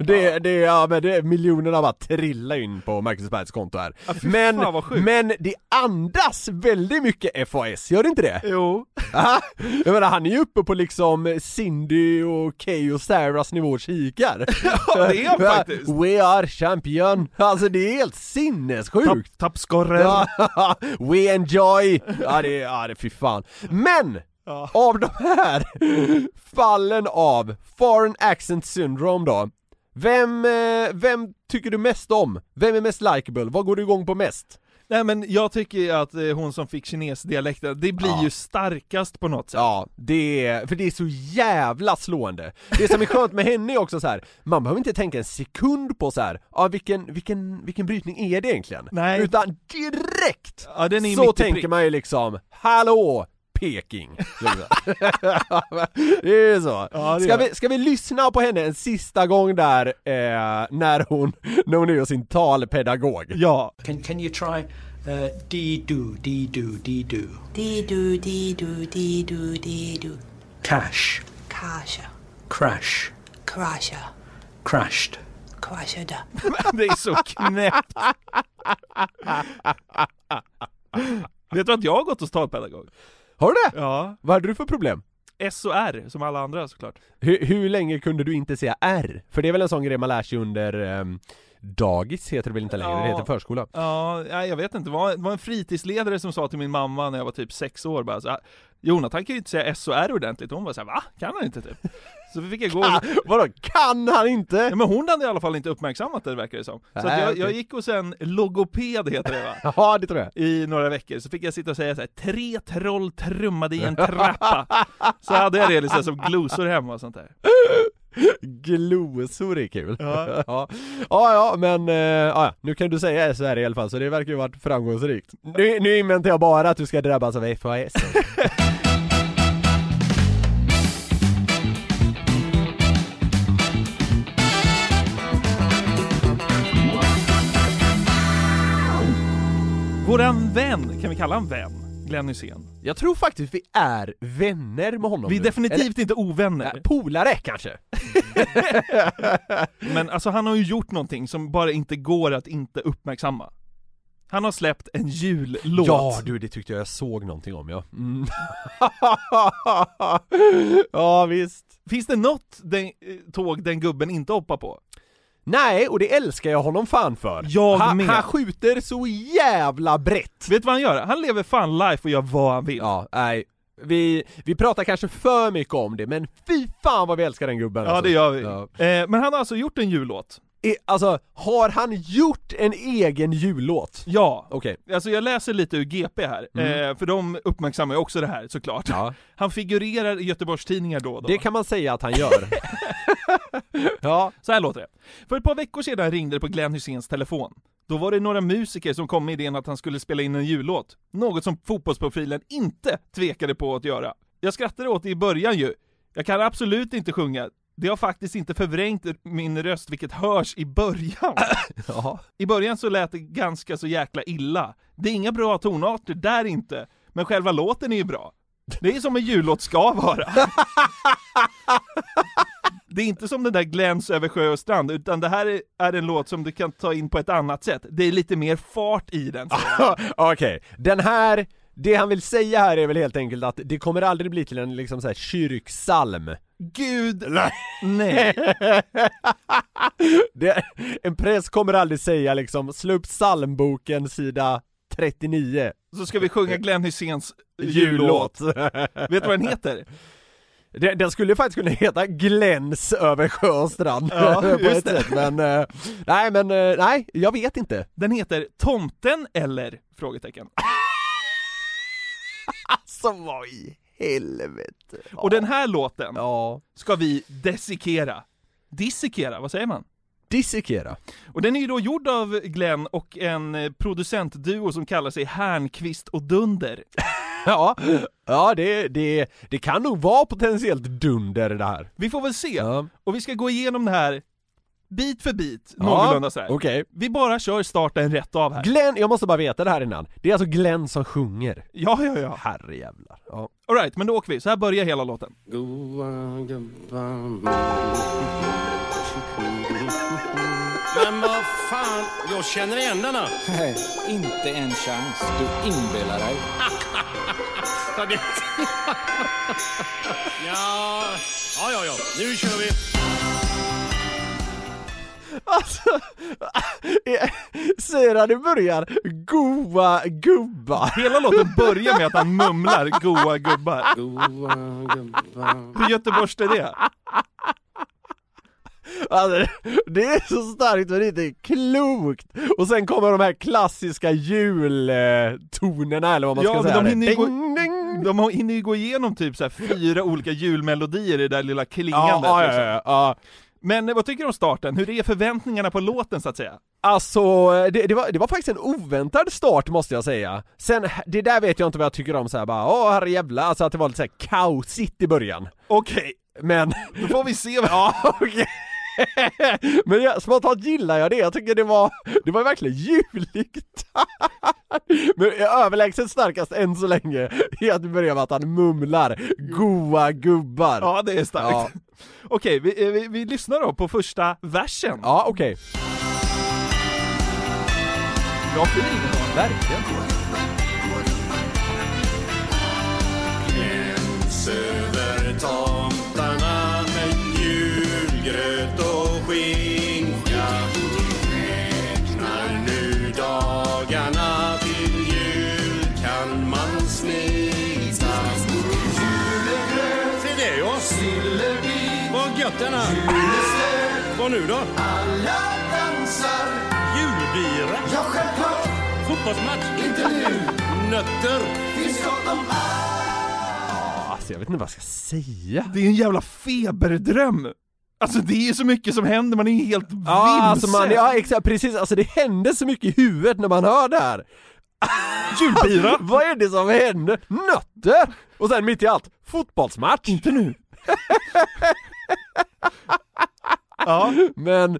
Speaker 4: Det, det, ja, men det, miljonerna bara trillar in på Marcus Bergs konto här. men,
Speaker 5: fan, vad sjukt.
Speaker 4: men det andas väldigt mycket FAS, gör det inte det?
Speaker 5: Jo.
Speaker 4: (laughs) Jag menar han är ju uppe på liksom Cindy och Kay och Sarahs nivåer kikar.
Speaker 5: (laughs) Ja, det
Speaker 4: (laughs)
Speaker 5: är han faktiskt.
Speaker 4: We are champion! Alltså det är helt sinnessjukt!
Speaker 5: Tappskorren!
Speaker 4: Ja, (laughs) we enjoy! Ja det är, ja det är fy fan. Men! Av de här fallen av foreign accent syndrome då, vem, eh, vem tycker du mest om? Vem är mest likable? Vad går du igång på mest?
Speaker 5: Nej men jag tycker ju att eh, hon som fick kinesdialekten, det blir
Speaker 4: Ja.
Speaker 5: ju starkast på något sätt.
Speaker 4: Ja, det är, för det är så jävla slående. Det som är skönt med henne är också så här. man behöver inte tänka en sekund på så här. ja vilken, vilken, vilken brytning är det egentligen?
Speaker 5: Nej.
Speaker 4: Utan direkt!
Speaker 5: Ja, den är ju
Speaker 4: så
Speaker 5: mitt i
Speaker 4: tänker
Speaker 5: prick.
Speaker 4: man ju liksom, hallå Peking! (laughs) Liksom. det är så.
Speaker 5: det
Speaker 4: ska,
Speaker 5: gör.
Speaker 4: vi, ska vi lyssna på henne en sista gång där, eh, när, hon, (laughs) när hon är hos sin talpedagog?
Speaker 5: Ja.
Speaker 12: Can can you try uh, dee do dee do dee do
Speaker 9: Dee do, dee do, dee do, dee do.
Speaker 12: cash
Speaker 9: Kasha.
Speaker 12: crash
Speaker 9: Krasha.
Speaker 12: crashed?
Speaker 9: Krashada.
Speaker 5: (laughs) Det är
Speaker 4: (laughs)
Speaker 5: så knäppt! Vet du att jag har gått hos talpedagog?
Speaker 4: Har du det?
Speaker 5: Ja.
Speaker 4: Vad hade du för problem?
Speaker 5: S och R, som alla andra såklart.
Speaker 4: Hur, hur länge kunde du inte säga R? För det är väl en sån grej man lär sig under ehm, dagis heter det väl inte längre, det
Speaker 5: Ja.
Speaker 4: heter förskola.
Speaker 5: Ja, nej, jag vet inte, det var, det var en fritidsledare som sa till min mamma när jag var typ sex år bara så här, Jonathan kan ju inte säga S och R ordentligt, hon var såhär va? Kan han inte typ? Så fick jag
Speaker 4: (laughs)
Speaker 5: gå
Speaker 4: Kan- Vadå, kan han inte?
Speaker 5: Ja, men hon hade i alla fall inte uppmärksammat det verkar det som. Så
Speaker 4: Nej,
Speaker 5: att jag,
Speaker 4: Äh, okej.
Speaker 5: jag gick hos en logoped heter det va?
Speaker 4: Ja, det tror jag.
Speaker 5: i några veckor, så fick jag sitta och säga så här: tre troll
Speaker 4: (laughs)
Speaker 5: trummade i en trappa. Så hade jag det liksom som glosor hemma och sånt där.
Speaker 4: Glosor är kul. Ja,
Speaker 5: Ja.
Speaker 4: (laughs) ja, ja men eh, ja, ja, nu kan du säga S och R i alla fall, så det verkar ju ha varit framgångsrikt. Nu, nu inväntar jag bara att du ska drabbas av FAS.
Speaker 5: Våran vän, kan vi kalla han vän? Glenn Hysén.
Speaker 4: Jag tror faktiskt vi är vänner med honom
Speaker 5: Vi är
Speaker 4: nu.
Speaker 5: definitivt
Speaker 4: Eller,
Speaker 5: inte ovänner.
Speaker 4: ja, Polare kanske?
Speaker 5: Men alltså han har ju gjort någonting som bara inte går att inte uppmärksamma. Han har släppt en jullåt.
Speaker 4: Ja du, det tyckte jag jag såg någonting om ja. Mm. (laughs) ja visst.
Speaker 5: Finns det något den, eh, tåg den gubben inte hoppar på?
Speaker 4: Nej, och det älskar jag honom fan för.
Speaker 5: Jag
Speaker 4: han,
Speaker 5: med.
Speaker 4: han skjuter så jävla brett.
Speaker 5: Vet du vad han gör? Han lever fan life och gör vad han vill.
Speaker 4: Ja, nej. Vi, vi pratar kanske för mycket om det, men fy fan vad vi älskar den gubben
Speaker 5: Ja
Speaker 4: alltså.
Speaker 5: det gör vi.
Speaker 4: Ja.
Speaker 5: Eh, men han har alltså gjort en jullåt.
Speaker 4: I, alltså, har han gjort en egen jullåt?
Speaker 5: Ja.
Speaker 4: Okej.
Speaker 5: Alltså jag läser lite ur GP här,
Speaker 4: Mm.
Speaker 5: eh, för de uppmärksammar ju också det här såklart.
Speaker 4: Ja.
Speaker 5: Han figurerar i Göteborgs tidningar då och då.
Speaker 4: Det kan man säga att han
Speaker 5: (laughs)
Speaker 4: gör. ja.
Speaker 5: Så här låter det. För ett par veckor sedan ringde det på Glenn Hyséns telefon. Då var det några musiker som kom med idén att han skulle spela in en jullåt. Något som fotbollsprofilen inte tvekade på att göra. Jag skrattade åt det i början ju. Jag kan absolut inte sjunga. Det har faktiskt inte förvrängt min röst, vilket hörs i början.
Speaker 4: ja.
Speaker 5: I början så lät det ganska så jäkla illa. Det är inga bra tonarter där inte, men själva låten är ju bra. Det är som en jullåt ska vara. Det är inte som den där Gläns över sjö och strand, utan det här är- är en låt som du kan ta in på ett annat sätt. Det är lite mer fart i den.
Speaker 4: Ah,
Speaker 5: säger han.
Speaker 4: Okej, den här, det han vill säga här är väl helt enkelt att det kommer aldrig bli till en liksom så här
Speaker 5: (laughs)
Speaker 4: kyrksalm.
Speaker 5: Gud! Nej!
Speaker 4: Det, en präst kommer aldrig säga liksom, slå upp psalmboken sida 39.
Speaker 5: Så ska vi sjunga Glenn Hyséns jullåt.
Speaker 4: Jullåt. (laughs)
Speaker 5: Vet du vad den heter?
Speaker 4: Den, den skulle faktiskt kunna heta Gläns över sjö och strand (laughs)
Speaker 5: Ja,
Speaker 4: på
Speaker 5: just
Speaker 4: ett
Speaker 5: det.
Speaker 4: sätt, men eh, nej men eh, nej, jag vet inte.
Speaker 5: Den heter Tomten eller? Frågetecken.
Speaker 4: Alltså vad i helvete.
Speaker 5: Och den här låten
Speaker 4: Ja.
Speaker 5: ska vi dissekera. Dissekera, vad säger man?
Speaker 4: Dissekera.
Speaker 5: Och den är ju då gjord av Glenn och en eh, producentduo som kallar sig Härnqvist och Dunder.
Speaker 4: ja, ja det, det, det kan nog vara potentiellt dunder det här.
Speaker 5: Vi får väl se. Och vi ska gå igenom det här bit för bit, någorlunda sådär.
Speaker 4: Okej.
Speaker 5: Vi bara kör starten rätt av här.
Speaker 4: Glenn, jag måste bara veta det här innan. Det är alltså Glenn som sjunger.
Speaker 5: Ja, ja, ja.
Speaker 4: Herrejävlar. Ja. (laughs)
Speaker 5: Alright, men då åker vi. Så här börjar hela låten.
Speaker 13: Men vad fan, jag känner igen denna. Nej, inte en chans. Du inbillar dig. ja, ja, ja, ja, nu kör vi.
Speaker 4: Alltså, säger han i början, goa gubbar. (laughs)
Speaker 5: Hela låten börjar med att han mumlar goa gubbar. Hur göteborgskt är det?
Speaker 4: Alltså, det är så starkt men det är inte klokt! Och sen kommer de här klassiska jultonerna eller vad man ska
Speaker 5: Ja, men
Speaker 4: säga.
Speaker 5: de hinner, ju gå,
Speaker 4: Ding,
Speaker 5: de hinner ju gå igenom typ så här fyra olika julmelodier i det där lilla klingandet.
Speaker 4: Ja, ja,
Speaker 5: liksom.
Speaker 4: ja,
Speaker 5: Men eh, vad tycker du om starten? Hur är förväntningarna på låten så att säga?
Speaker 4: Alltså, det, det, var, det var faktiskt en oväntad start måste jag säga. Sen, det där vet jag inte vad jag tycker om så här bara, åh herrejävlar, alltså att det var lite så här kaosigt i början.
Speaker 5: Okej.
Speaker 4: Men...
Speaker 5: Då får vi se.
Speaker 4: ja, (laughs) okej. Men jag, spontant gillar jag det, jag tycker det var, det var verkligen juligt. (laughs) Men överlägset starkast än så länge är att det börjar med att han mumlar, goa gubbar.
Speaker 5: Ja, det är starkt. (laughs) Okej, vi, eh, vi, vi lyssnar då på första versen.
Speaker 4: Ja, okej.
Speaker 5: Bra feeling. Verkligen.
Speaker 13: Gläns över tomtarna med julgröt och skinka. Räknar nu dagarna till jul kan man smita. Julegröt, det är det oss. Sillebit. Vad gött denna. Julestöt. Vad nu då? Alla dansar. Julbira. Jag själv Fotbollsmatch. Inte nu. (laughs) Nötter. Finns gott om
Speaker 4: Alltså jag vet inte vad jag ska säga.
Speaker 5: Det är en jävla feberdröm! Alltså det är ju så mycket som händer, man är ju helt vilse!
Speaker 4: Ja, alltså man, ja exakt, precis, alltså det hände så mycket i huvudet när man hör det här.
Speaker 5: (laughs) Julbira!
Speaker 4: vad är det som händer? Nötter! Och sen mitt i allt, fotbollsmatch!
Speaker 5: Inte nu!
Speaker 4: ja. Men,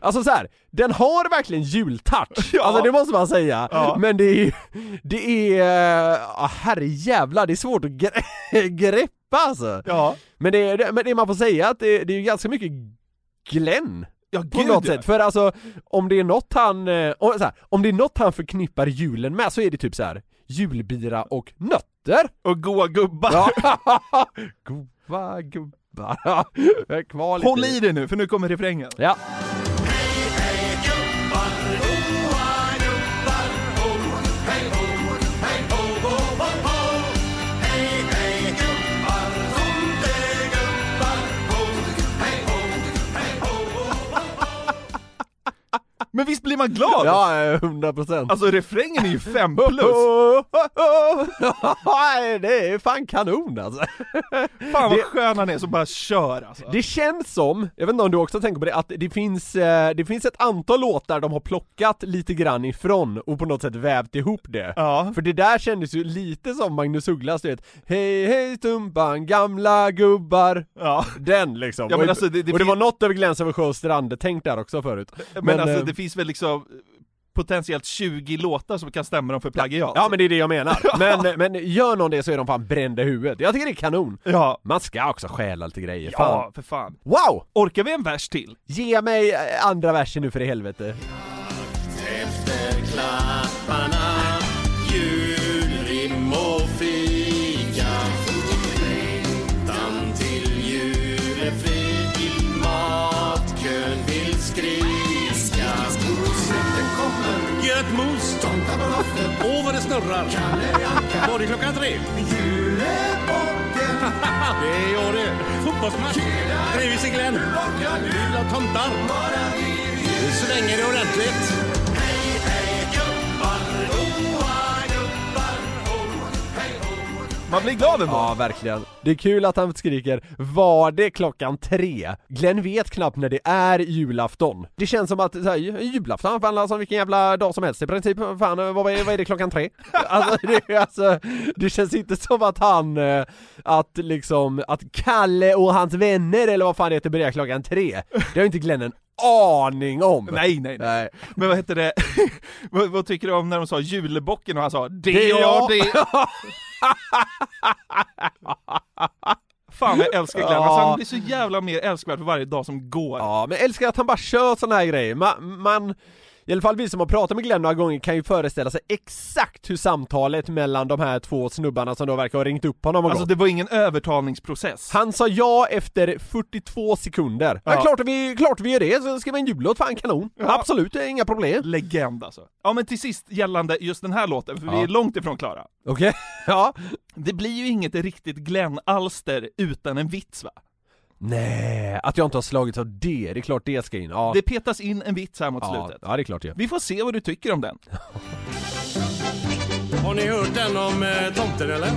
Speaker 4: alltså så här, den har verkligen (laughs) jultouch, alltså det måste man säga.
Speaker 5: Ja.
Speaker 4: Men det är, det är, ja herrejävlar, det är svårt att gre- (laughs) greppa alltså.
Speaker 5: Ja.
Speaker 4: Men det, är- men det man får säga att det, det är ju ganska mycket Glenn. på
Speaker 5: gud,
Speaker 4: något
Speaker 5: ja.
Speaker 4: sätt, för alltså om det är något han, eh, om, så här, om det är något han förknippar julen med så är det typ så här julbira och nötter!
Speaker 5: Och goa gubbar!
Speaker 4: Ja. goa (laughs) gubbar! Jag är kvar lite
Speaker 5: Håll i dig nu, för nu kommer refrängen.
Speaker 4: Ja.
Speaker 5: Men visst blir man glad?
Speaker 4: Ja, eh, 100 procent. (laughs)
Speaker 5: Alltså refrängen är ju fem plus!
Speaker 4: det är fan kanon
Speaker 5: (laughs)
Speaker 4: alltså.
Speaker 5: Fan vad
Speaker 4: Det-
Speaker 5: skön han är som bara kör alltså.
Speaker 4: Det känns som, jag vet inte om du också tänker på det, att det finns, eh, det finns ett antal låtar de har plockat lite grann ifrån och på något sätt vävt ihop det. För det där kändes ju lite som Magnus Ugglas, du vet, Hej hej Stumpan, gamla gubbar. Den liksom.
Speaker 5: Ja, men
Speaker 4: och,
Speaker 5: alltså, det- det
Speaker 4: och det
Speaker 5: fin-
Speaker 4: var något över Gläns över sjö och strand, tänk där också förut.
Speaker 5: Men, alltså
Speaker 4: eh,
Speaker 5: det finns väl liksom potentiellt 20 låtar som kan stämma dem för plagiat?
Speaker 4: Ja men det är det jag
Speaker 5: (laughs)
Speaker 4: menar. Men, men gör någon det så är de fan brända i huvudet. Jag tycker det är kanon.
Speaker 5: Ja.
Speaker 4: Man ska också stjäla lite grejer.
Speaker 5: Ja,
Speaker 4: Fan.
Speaker 5: för fan.
Speaker 4: Wow!
Speaker 5: Orkar vi en vers till?
Speaker 4: Ge mig eh, andra versen nu för i helvete.
Speaker 13: Efter klapparna julrim och fika Längtan till jul är fri till matkön vill skrika Snuten kommer, gör mos Tomtar på loftet, åh vad det snurrar Kalle Anka, var det klockan tre? Julebocken (laughs) Det gör det, fotbollsmatch Trivs i Glenn, lilla tomtar Nu svänger det ordentligt
Speaker 5: Man blir glad imorgon.
Speaker 4: Ja, verkligen. Det är kul att han skriker Var det klockan tre? Glenn vet knappt när det är julafton. Det känns som att så här, ju- julafton handlar som vilken jävla dag som helst i princip. Fan, eh, vad är, vad är det klockan tre? Alltså det, är alltså, det känns inte som att han, eh, att liksom, att Kalle och hans vänner eller vad fan det heter börjar klockan tre. Det har inte Glenn en aning om.
Speaker 5: (laughs) Nej, nej, nej. Men vad heter det? (laughs) vad, vad tycker du om när de sa julbocken och han sa det
Speaker 4: Det är
Speaker 5: är jag,
Speaker 4: jag."
Speaker 5: det är... (laughs) Fan jag älskar Glenn, alltså, han blir så jävla mer älskvärd för varje dag som går.
Speaker 4: Ja, men jag älskar att han bara kör såna här grejer. Man, man i alla fall vi som har pratat med Glenn några gånger kan ju föreställa sig exakt hur samtalet mellan de här två snubbarna som då verkar ha ringt upp honom och
Speaker 5: Alltså
Speaker 4: gått.
Speaker 5: det var ingen övertalningsprocess.
Speaker 4: Han sa ja efter 42 sekunder. Ja,
Speaker 5: Ja.
Speaker 4: klart vi, klart vi gör det, så skriver en jullåt, fan kanon. Absolut, det är inga problem.
Speaker 5: Legend alltså. Ja men till sist gällande just den här låten, för vi
Speaker 4: Ja.
Speaker 5: är långt ifrån klara.
Speaker 4: Okej, (laughs) ja.
Speaker 5: Det blir ju inget riktigt Glenn-alster utan en vits va?
Speaker 4: Nej, att jag inte har slagits av det, det är klart det ska in. Ja,
Speaker 5: Det petas in en vits här mot
Speaker 4: ja,
Speaker 5: slutet.
Speaker 4: ja det är klart det.
Speaker 5: Vi får se vad du tycker om den.
Speaker 13: Har ni hört den om eh, tomten eller?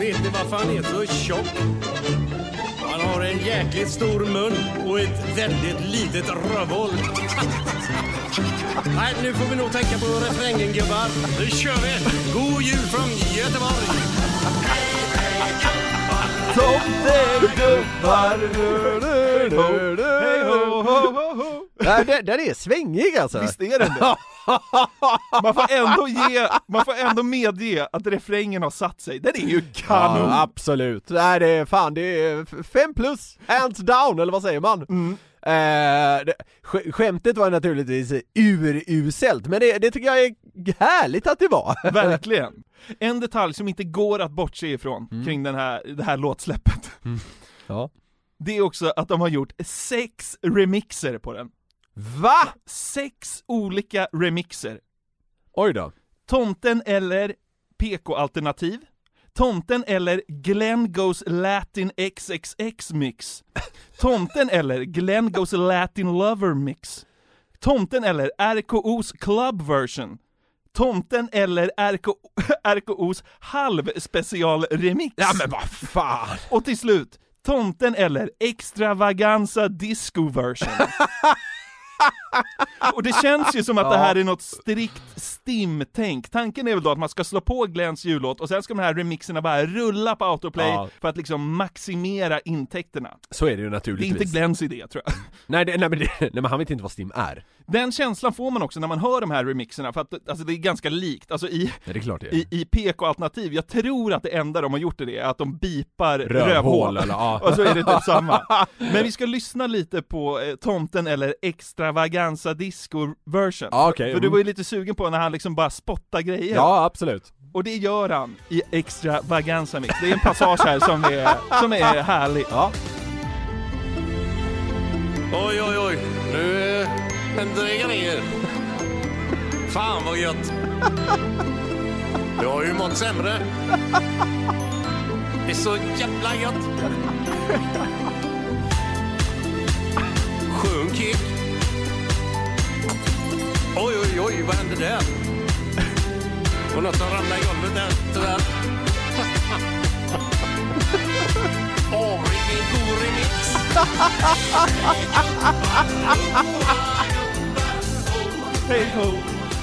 Speaker 13: Vet ni varför han är så tjock? Han har en jäkligt stor mun och ett väldigt litet rövhål. (laughs) Nej, nu får vi nog tänka på refrängen gubbar. Nu kör vi! God jul från Göteborg!
Speaker 4: Tomtegubbar,
Speaker 5: Hej ho, ho, ho, ho.
Speaker 4: Nej, den, den är svängig alltså!
Speaker 5: Visst är den
Speaker 4: (laughs)
Speaker 5: det? Man får ändå ge, man får ändå medge att refrängen har satt sig. Den
Speaker 4: (laughs)
Speaker 5: är ju kanon!
Speaker 4: Ja, absolut. Nej, det är fan, det är f- fem plus, hands down, eller vad säger man? Eh, det, sk- skämtet var naturligtvis uruselt, men det, det tycker jag är härligt att det var.
Speaker 5: Verkligen! En detalj som inte går att bortse ifrån kring den här, det här låtsläppet,
Speaker 4: Ja.
Speaker 5: det är också att de har gjort sex remixer på den.
Speaker 4: Va?
Speaker 5: Sex olika remixer.
Speaker 4: Oj då.
Speaker 5: Tomten eller PK-alternativ. Tomten eller Glenn Goes Latin XXX Mix. Tomten eller Glenn Goes Latin Lover Mix. Tomten eller RKO's Club Version. Tomten eller (laughs) RK, RKO's halvspecialremix.
Speaker 4: Ja men vad fan!
Speaker 5: Och till slut, Tomten eller Extravaganza Disco Version. Och det känns ju som att det här är något strikt stimtänk. Tanken är väl då att man ska slå på Glens jullåt och sen ska de här remixerna bara rulla på autoplay
Speaker 4: Ja.
Speaker 5: för att liksom maximera intäkterna.
Speaker 4: Så är det ju
Speaker 5: Det är
Speaker 4: naturligtvis.
Speaker 5: inte Glens idé tror jag.
Speaker 4: nej, det, nej, men det, nej men han vet inte vad STIM är.
Speaker 5: Den känslan får man också när man hör de här remixerna, för att alltså, det är ganska likt. Alltså i,
Speaker 4: Nej, det är klart det är.
Speaker 5: i, i PK-alternativ, jag tror att det enda de har gjort är det, att de bipar
Speaker 4: Rövhål,
Speaker 5: rövhål,
Speaker 4: eller, ja.
Speaker 5: och så är det typ
Speaker 4: (laughs)
Speaker 5: samma. Men vi ska lyssna lite på eh, Tomten eller Extravaganza Disco version.
Speaker 4: Ja, okej.
Speaker 5: För du
Speaker 4: Mm.
Speaker 5: var ju lite sugen på när han liksom bara spottar grejer.
Speaker 4: Ja, absolut.
Speaker 5: Och det gör han i Extravaganza Mix. Det är en passage här som är, som är härlig.
Speaker 13: Oj, oj, oj. Nu eh, händer det grejer. Fan vad gött. Du har ju mått sämre. Det är så jävla gött. Skön kick. Oj, oj, oj, vad hände där? Och något som ramlade i golvet där, tyvärr. Åh, vilken god remix!
Speaker 5: Hej ho,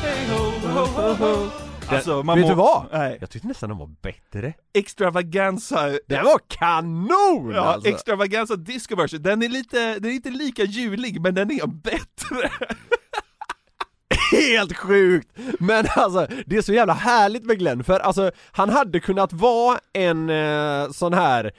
Speaker 5: hej ho, ho, ho, ho. Alltså, man
Speaker 4: vet
Speaker 5: må-
Speaker 4: du vad?
Speaker 5: Nej.
Speaker 4: Jag tyckte nästan den var bättre.
Speaker 5: Extravaganza
Speaker 4: Den var kanon
Speaker 5: Ja,
Speaker 4: alltså!
Speaker 5: Extravaganza Disco Version, den är lite, den är inte lika julig men den är bättre!
Speaker 4: Helt sjukt! Men alltså, det är så jävla härligt med Glenn, för alltså han hade kunnat vara en eh, sån här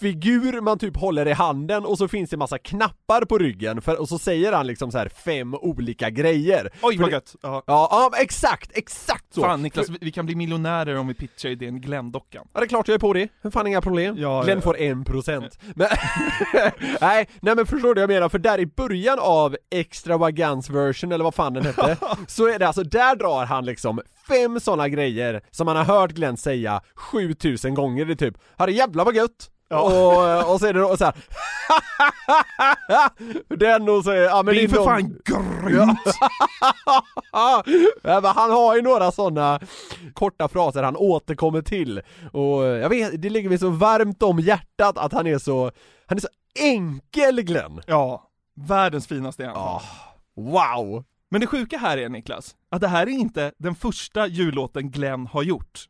Speaker 4: figur man typ håller i handen och så finns det massa knappar på ryggen för, och så säger han liksom så här fem olika grejer.
Speaker 5: Oj
Speaker 4: för
Speaker 5: vad
Speaker 4: det,
Speaker 5: gött! Ja.
Speaker 4: Ja, ja, men exakt, exakt så!
Speaker 5: Fan Niklas,
Speaker 4: För-
Speaker 5: vi- vi kan bli miljonärer om vi pitchar idén Glenn-dockan.
Speaker 4: Ja det är klart jag är på det, fan inga problem.
Speaker 5: Ja,
Speaker 4: Glenn
Speaker 5: ja.
Speaker 4: får en procent. Men, (laughs) nej, nej men förstår du vad jag menar? För där i början av extravagance version, eller vad fan den
Speaker 5: (laughs)
Speaker 4: hette, så är det alltså, där drar han liksom fem sådana grejer som man har hört Glenn säga 7000 gånger, det är typ 'Herre jävlar vad gött' och, och så är det då så här. (laughs) Den och så är, ja men
Speaker 5: Det är för
Speaker 4: någon-
Speaker 5: fan grymt!
Speaker 4: Ja, men han har ju några sådana korta fraser han återkommer till och eh, jag vet, det ligger mig så varmt om hjärtat att han är så, han är så enkel Glenn!
Speaker 5: Ja, världens finaste är han.
Speaker 4: Ah. Wow!
Speaker 5: Men det sjuka här är Niklas, att det här är inte den första jullåten Glenn har gjort.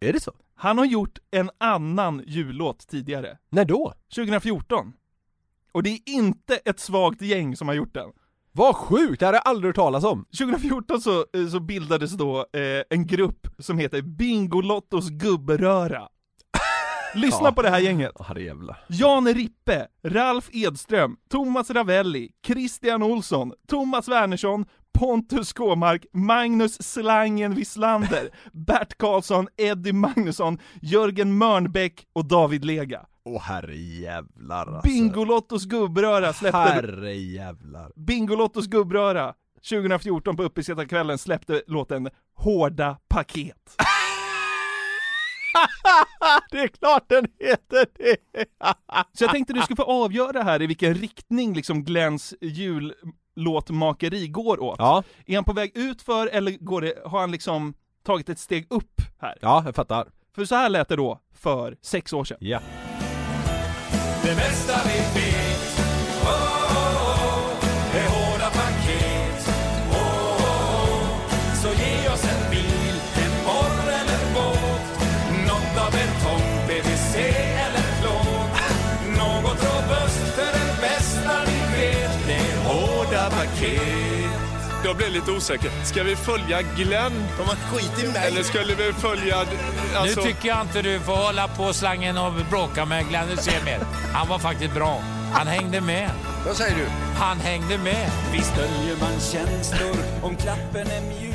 Speaker 4: Är det så?
Speaker 5: Han har gjort en annan jullåt tidigare.
Speaker 4: När då?
Speaker 5: 2014. Och det är inte ett svagt gäng som har gjort den.
Speaker 4: Vad sjukt, det här har jag aldrig hört talas om!
Speaker 5: 2014 så, eh, så bildades då eh, en grupp som heter Bingolottos gubberöra. Lyssna
Speaker 4: Ja.
Speaker 5: på det här gänget.
Speaker 4: Herrejävlar.
Speaker 5: Jan Rippe, Ralf Edström, Thomas Ravelli, Christian Olsson, Thomas Wernersson, Pontus Kåmark, Magnus Slangen Wislander, Bert Karlsson, Eddie Magnusson, Jörgen Mörnbäck och David Lega.
Speaker 4: Åh herrejävlar alltså.
Speaker 5: Bingolottos gubbröra släppte...
Speaker 4: Herrejävlar.
Speaker 5: Bingolottos gubbröra 2014 på Uppesittarkvällen släppte låten Hårda paket.
Speaker 4: det är klart den heter det!
Speaker 5: Så jag tänkte du skulle få avgöra här i vilken riktning liksom Glens jullåtmakeri går åt. Är han på väg ut för eller går det, har han liksom tagit ett steg upp här?
Speaker 4: Ja, jag fattar.
Speaker 5: För så här lät det då för sex år sedan.
Speaker 4: Ja.
Speaker 13: Det mesta vi vet oh, oh, oh, är hårda paket oh, oh, oh. Så ge oss en bil, en borr eller båt Något av betong, PVC eller plåt Något robust för det bästa ni vet Det är hårda paket
Speaker 14: Jag blev lite osäker. Ska vi följa Glenn? De har skit i mig. Eller skulle vi följa... Alltså...
Speaker 15: Nu tycker jag inte du får hålla på slangen och bråka med Glenn Hysén mer. Han var faktiskt bra. Han hängde med.
Speaker 13: Vad säger du?
Speaker 15: Han hängde med.
Speaker 13: Visst döljer man känslor om klappen är mjuk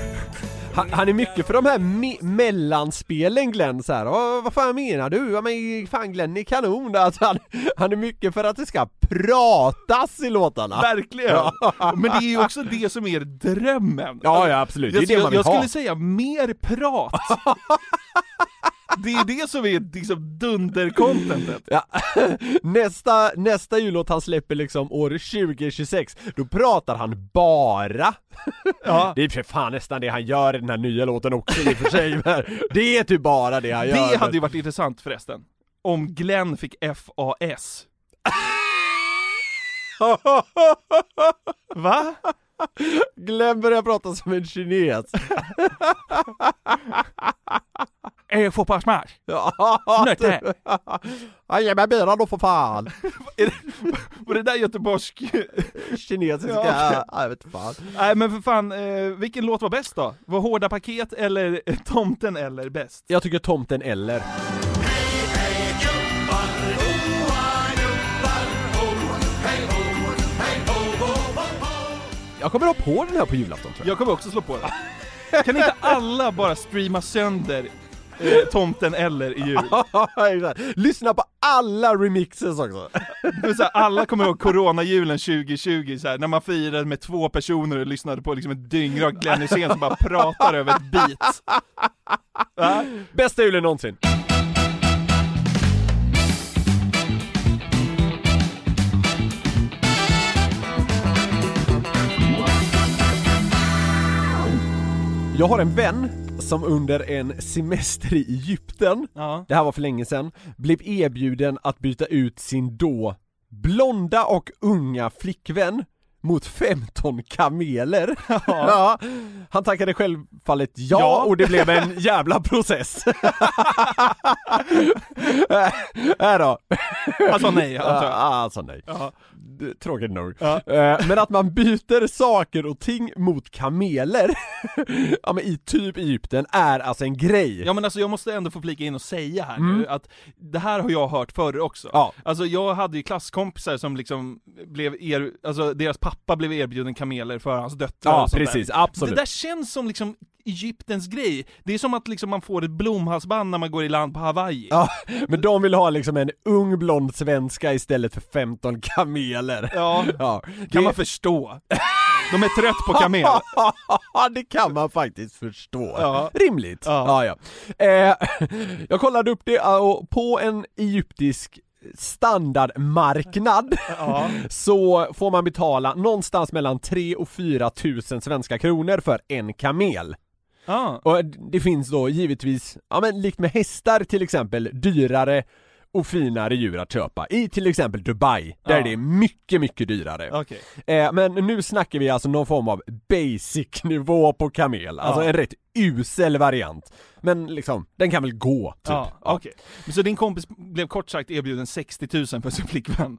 Speaker 4: Han, han är mycket för de här me- mellanspelen Glenn så här. "Åh, vad fan menar du? Ja, men fan Glenn är kanon! Alltså, han, han är mycket för att det ska pratas i låtarna!
Speaker 5: Verkligen!
Speaker 4: Ja.
Speaker 5: Men det är ju också det som är drömmen.
Speaker 4: Ja, ja, absolut. Det är det
Speaker 5: Jag, skulle-
Speaker 4: man vill
Speaker 5: jag
Speaker 4: ha.
Speaker 5: skulle säga mer prat. det är det som är liksom dunder-contentet.
Speaker 4: Ja. Nästa, nästa jullåt han släpper liksom år 2026, då pratar han bara!
Speaker 5: Ja.
Speaker 4: Det är för fan nästan det han gör i den här nya låten också i och för sig, men det är typ bara det han gör.
Speaker 5: Det
Speaker 4: men- (laughs)
Speaker 5: hade ju varit intressant förresten. Om Glenn fick FAS. Va?
Speaker 4: Glenn börjar prata som en kines.
Speaker 5: Jag får på smash.
Speaker 4: Ja,
Speaker 5: Nötte.
Speaker 4: (laughs) Ja, Ge mig bilen då för (laughs) fan!
Speaker 5: Var det där göteborgsk?
Speaker 4: (laughs) Kinesiska,
Speaker 5: Ja, okej.
Speaker 4: ja, jag vet fan.
Speaker 5: Nej men för fan, eh, vilken låt var bäst då? Var Hårda Paket eller eh, Tomten eller bäst?
Speaker 4: Jag tycker tomten eller. Jag kommer ha på den här på julafton tror jag.
Speaker 5: Jag kommer också slå på den. Kan inte alla bara streama sönder eh, Tomten eller i jul?
Speaker 4: (laughs) Exakt. Lyssna på alla remixes också.
Speaker 5: Det är så här, alla kommer ihåg coronajulen 2020, så här, när man firade med två personer och lyssnade på liksom ett dyngrak Glenn Hysén som bara pratar över ett beat. Va?
Speaker 4: Bästa julen någonsin. Jag har en vän som under en semester i Egypten, det här var för länge sedan, blev erbjuden att byta ut sin då blonda och unga flickvän mot 15 kameler. (laughs) Ja. Han tackade självfallet ja,
Speaker 5: Ja.
Speaker 4: och det blev en jävla process. (laughs) Äh, Här då.
Speaker 5: Han sa nej, antar jag.
Speaker 4: Ja, Han sa Eh, ah, alltså, nej.
Speaker 5: Ja.
Speaker 4: D- Tråkigt nog. Eh, Men att man byter saker och ting mot kameler, (laughs) ja men i typ Egypten, är alltså en grej.
Speaker 5: Ja men alltså jag måste ändå få flika in och säga här
Speaker 4: Mm.
Speaker 5: nu att det här har jag hört förr också.
Speaker 4: Ja.
Speaker 5: Alltså jag hade ju klasskompisar som liksom blev er, alltså deras pappa blev erbjuden kameler för hans döttrar
Speaker 4: Ja,
Speaker 5: och sånt
Speaker 4: precis,
Speaker 5: där.
Speaker 4: absolut.
Speaker 5: Det där känns som liksom Egyptens grej. Det är som att liksom man får ett blomhalsband när man går i land på Hawaii.
Speaker 4: Ja, men de vill ha liksom en ung blond svenska istället för 15 kameler. (laughs)
Speaker 5: Ja,
Speaker 4: det-
Speaker 5: kan man förstå. De är trött på kamel.
Speaker 4: (laughs) det kan man faktiskt förstå.
Speaker 5: Ja.
Speaker 4: Rimligt. Ja. Ja, Eh, (laughs) jag kollade upp det eh, och på en egyptisk standardmarknad
Speaker 5: Ja.
Speaker 4: (laughs) så får man betala någonstans mellan 3 och 4 tusen svenska kronor för en kamel. Och det finns då givetvis, ja men likt med hästar till exempel, dyrare och finare djur att köpa. I till exempel Dubai, där
Speaker 5: Ja.
Speaker 4: det är mycket, mycket dyrare.
Speaker 5: Okej.
Speaker 4: Eh, men nu snackar vi alltså någon form av basic nivå på kamel, alltså
Speaker 5: Ja.
Speaker 4: en rätt usel variant. Men liksom, den kan väl gå, typ.
Speaker 5: Ja, okej. Men Så din kompis blev kort sagt erbjuden 60 000 för sin flickvän?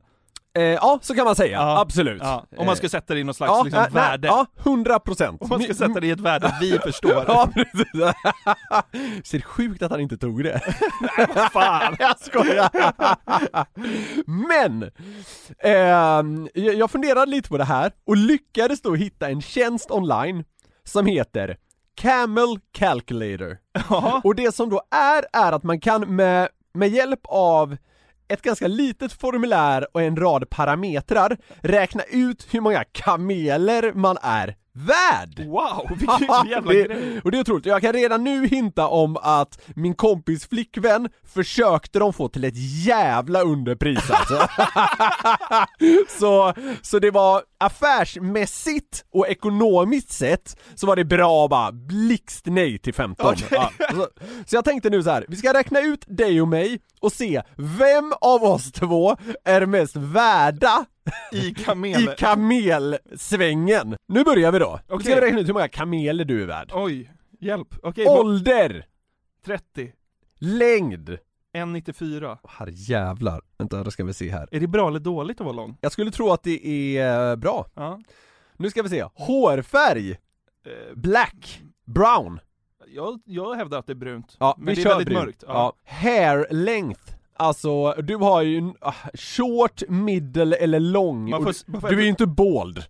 Speaker 4: Eh, ja, så kan man säga. Absolut. Eh.
Speaker 5: Ja. Om man ska sätta det i någon slags
Speaker 4: Ja,
Speaker 5: liksom,
Speaker 4: nej, nej,
Speaker 5: värde?
Speaker 4: Ja, 100 procent.
Speaker 5: Om man ska sätta det i ett värde (laughs) vi förstår.
Speaker 4: (laughs) Ja, precis. Så det är sjukt att han inte tog
Speaker 5: (laughs)
Speaker 4: det.
Speaker 5: Fan!
Speaker 4: Jag skojar! Men! ehm, jag jag funderade lite på det här och lyckades då hitta en tjänst online som heter Camel Calculator. Och det som då är, är att man kan med, med hjälp av ett ganska litet formulär och en rad parametrar räkna ut hur många kameler man är värd!
Speaker 5: Wow, (laughs) vilken
Speaker 4: (laughs)
Speaker 5: jävla
Speaker 4: det,
Speaker 5: grej!
Speaker 4: och det är otroligt, jag kan redan nu hinta om att min kompis flickvän försökte de få till ett jävla underpris alltså. (laughs) så, så det var affärsmässigt och ekonomiskt sett så var det bra att bara blixt nej till 15.
Speaker 5: Okej.
Speaker 4: Ja, så, så jag tänkte nu så här, vi ska räkna ut dig och mig och se vem av oss två är mest värda
Speaker 5: I kamel.
Speaker 4: i kamelsvängen. Nu börjar vi då. Nu ska
Speaker 5: Okej.
Speaker 4: vi räkna ut hur många kameler du är värd.
Speaker 5: Oj, hjälp. Okej, vad-
Speaker 4: Ålder!
Speaker 5: 30.
Speaker 4: Längd!
Speaker 5: 1,94.
Speaker 4: Herre jävlar. Vänta, då ska vi se här.
Speaker 5: Är det bra eller dåligt att vara lång?
Speaker 4: Jag skulle tro att det är eh, bra.
Speaker 5: Ja.
Speaker 4: Nu ska vi se. Hårfärg! Eh, Black! Brown!
Speaker 5: Jag, jag hävdar att det är brunt.
Speaker 4: Ja,
Speaker 5: men
Speaker 4: vi
Speaker 5: det är
Speaker 4: kör
Speaker 5: väldigt
Speaker 4: brun.
Speaker 5: mörkt.
Speaker 4: Ja. Hair length. Alltså, du har ju ah, short, middle eller lång.
Speaker 5: Man får-
Speaker 4: Och du-
Speaker 5: man får-
Speaker 4: du är ju inte bald.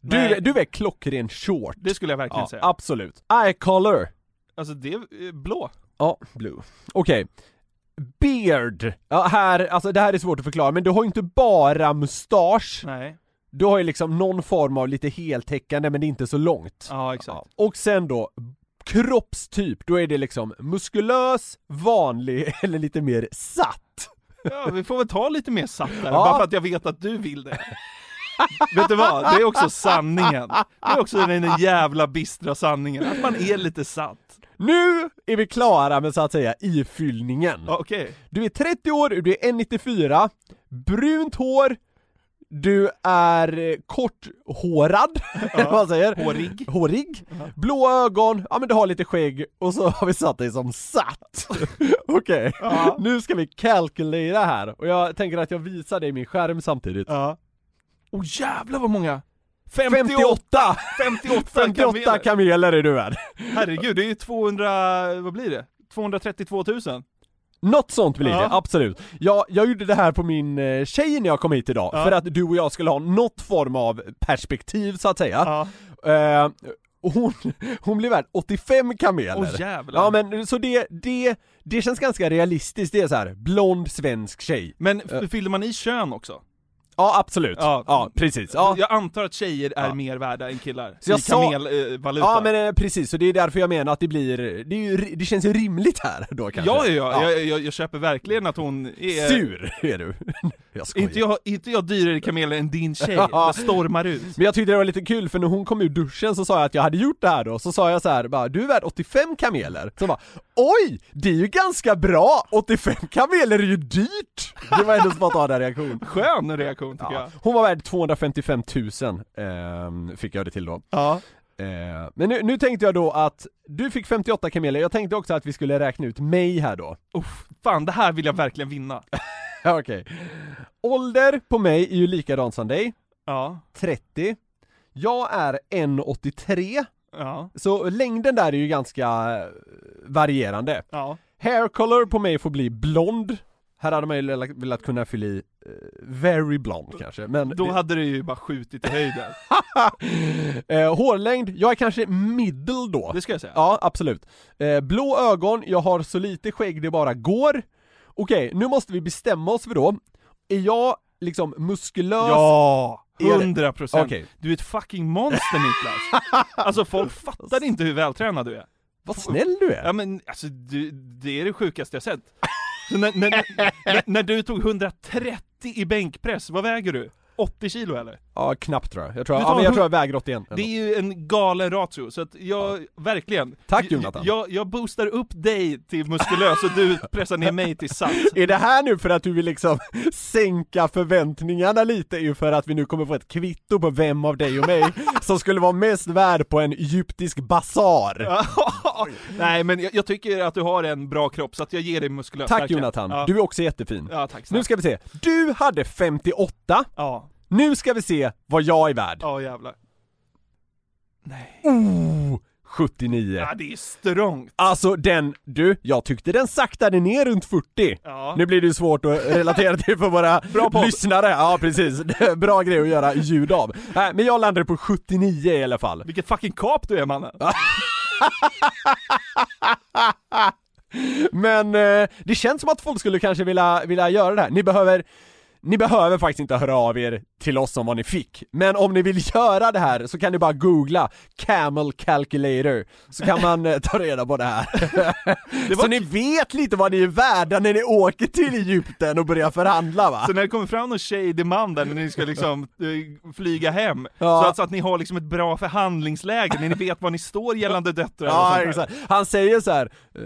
Speaker 4: Du,
Speaker 5: Nej.
Speaker 4: du är klockren short.
Speaker 5: Det skulle jag verkligen säga.
Speaker 4: Absolut. Eye color.
Speaker 5: Alltså det är eh, blå.
Speaker 4: Ja, blue. Okej. Beard. Ja, här, alltså det här är svårt att förklara, men du har ju inte bara mustasch.
Speaker 5: Nej.
Speaker 4: Du har ju liksom någon form av lite heltäckande, men det är inte så långt.
Speaker 5: Ja, exakt.
Speaker 4: Och sen då, kroppstyp, då är det liksom muskulös, vanlig (laughs) eller lite mer satt.
Speaker 5: Ja, vi får väl ta lite mer satt där,
Speaker 4: Ja.
Speaker 5: bara för att jag vet att du vill det. (laughs) Vet du vad? Det är också sanningen. Det är också den jävla bistra sanningen, att man är lite satt.
Speaker 4: Nu är vi klara med så att säga ifyllningen.
Speaker 5: Okej.
Speaker 4: Du är 30 år, du är 1,94, brunt hår, du är eh, korthårad, (laughs) eller vad man säger.
Speaker 5: Hårig.
Speaker 4: Hårig. Blå ögon, ja men du har lite skägg och så har vi satt dig som satt. (laughs) Okej, nu ska vi calculera här och jag tänker att jag visar dig min skärm samtidigt.
Speaker 5: Ja. Åh jävlar vad många!
Speaker 4: 58!
Speaker 5: 58
Speaker 4: 58
Speaker 5: kameler.
Speaker 4: kameler är du värd.
Speaker 5: Herregud, det är ju 200, vad blir det? 232 000?
Speaker 4: Något sånt blir
Speaker 5: Ja.
Speaker 4: det, absolut. Jag, jag gjorde det här på min eh, tjej när jag kom hit idag,
Speaker 5: Ja.
Speaker 4: för att du och jag skulle ha något form av perspektiv så att säga. Eh, och hon, hon blev värd 85 kameler.
Speaker 5: Åh, jävlar.
Speaker 4: Ja men så det, det, det känns ganska realistiskt, det är så här blond svensk tjej.
Speaker 5: Men
Speaker 4: Eh,
Speaker 5: f- fyller man i kön också?
Speaker 4: ja absolut, ja, precis. Ja.
Speaker 5: Jag antar att tjejer är
Speaker 4: Ja.
Speaker 5: mer värda än killar,
Speaker 4: Så jag
Speaker 5: i
Speaker 4: sa-
Speaker 5: kamelvaluta.
Speaker 4: Ja men eh, precis, så det är därför jag menar att det blir, det, är ju, ri- det känns ju rimligt här då kanske.
Speaker 5: Ja, ja, ja. Jag, jag, jag köper verkligen att hon är...
Speaker 4: Sur är du. (laughs) Jag skojar.
Speaker 5: Inte jag, inte jag dyrare i kameler än din tjej, jag stormar ut.
Speaker 4: Men jag tyckte det var lite kul för när hon kom ur duschen så sa jag att jag hade gjort det här då, så sa jag så här, bara, du är värd 85 kameler. Så hon bara, oj! Det är ju ganska bra! 85 kameler är ju dyrt! Det var hennes spontana (laughs) reaktion.
Speaker 5: Skön reaktion tycker jag.
Speaker 4: Hon var värd 255 000, ehm, fick jag det till då.
Speaker 5: Ja.
Speaker 4: Eh, men nu, nu tänkte jag då att, du fick 58 kameler, jag tänkte också att vi skulle räkna ut mig här då.
Speaker 5: Uff, fan det här vill jag verkligen vinna.
Speaker 4: (laughs) Ja, Okej. Ålder på mig är ju likadan som dig.
Speaker 5: Ja.
Speaker 4: 30. Jag är 1,83.
Speaker 5: Ja.
Speaker 4: Så längden där är ju ganska eh, varierande.
Speaker 5: Ja.
Speaker 4: Hair color på mig får bli blond. Här hade man ju velat- velat kunna fylla i eh, very blond kanske, men
Speaker 5: Då hade det ju bara skjutit i höjden.
Speaker 4: (laughs) eh, hårlängd, jag är kanske middle då.
Speaker 5: Det ska jag säga.
Speaker 4: Ja, absolut. Eh, blå ögon, jag har så lite skägg det bara går. Okej, nu måste vi bestämma oss för då, är jag liksom muskulös?
Speaker 5: Ja!
Speaker 4: Är det-
Speaker 5: 100 procent!
Speaker 4: Okej.
Speaker 5: Du är ett fucking monster Niklas! (laughs) alltså folk fattar inte hur vältränad du är.
Speaker 4: Vad snäll du är!
Speaker 5: Ja men alltså, du, det är det sjukaste jag sett. Så när, när, när, när du tog 130 i bänkpress, vad väger du? 80 kilo eller?
Speaker 4: Ja, knappt tror jag. Jag tror,
Speaker 5: Du
Speaker 4: jag-
Speaker 5: tar
Speaker 4: ja, men jag,
Speaker 5: hu-
Speaker 4: tror jag väger 81.
Speaker 5: Det är ju en galen ratio, så att jag, verkligen.
Speaker 4: Tack, Jonathan.
Speaker 5: Jag, jag boostar upp dig till muskulös och du pressar ner mig till (laughs) satt.
Speaker 4: Är det här nu för att du vill liksom (laughs) sänka förväntningarna lite är ju för att vi nu kommer få ett kvitto på vem av dig och
Speaker 5: (laughs)
Speaker 4: mig som skulle vara mest värd på en egyptisk basar?
Speaker 5: Nej men jag, jag tycker att du har en bra kropp, så att jag ger dig muskulös
Speaker 4: Tack
Speaker 5: verkligen.
Speaker 4: Jonathan,
Speaker 5: Ja.
Speaker 4: du är också jättefin.
Speaker 5: Ja, tack snälla.
Speaker 4: nu ska vi se, du hade 58.
Speaker 5: Ja.
Speaker 4: Nu ska vi se vad jag är värd.
Speaker 5: Ja jävlar.
Speaker 4: Oh, 79.
Speaker 5: Ja det är strångt.
Speaker 4: Alltså den, du, jag tyckte den saktade ner runt 40.
Speaker 5: Ja.
Speaker 4: Nu blir det ju svårt att relatera till för våra
Speaker 5: (laughs) Bra podd.
Speaker 4: lyssnare. Ja precis, (laughs) bra grej att göra ljud av. Nej, men jag landade på 79 i alla fall.
Speaker 5: Vilket fucking kap du är mannen.
Speaker 4: Men eh, det känns som att folk skulle kanske vilja, vilja göra det här. Ni behöver, ni behöver faktiskt inte höra av er till oss om vad ni fick. Men om ni vill (laughs) göra det här så kan ni bara googla 'Camel Calculator' så kan man eh, ta reda på det
Speaker 5: (laughs)
Speaker 4: här. Så ni
Speaker 5: typ-
Speaker 4: vet lite vad ni är värda när ni åker till Egypten och börjar förhandla va?
Speaker 5: Så Alltså, när det kommer fram någon shady man där när
Speaker 4: (laughs)
Speaker 5: ni ska liksom eh, flyga hem,
Speaker 4: Ja.
Speaker 5: så, att, så att ni har liksom ett bra förhandlingsläge, när ni vet var ni står gällande döttrar och
Speaker 4: Ja,
Speaker 5: sånt där.
Speaker 4: exakt. Han säger så här, eh,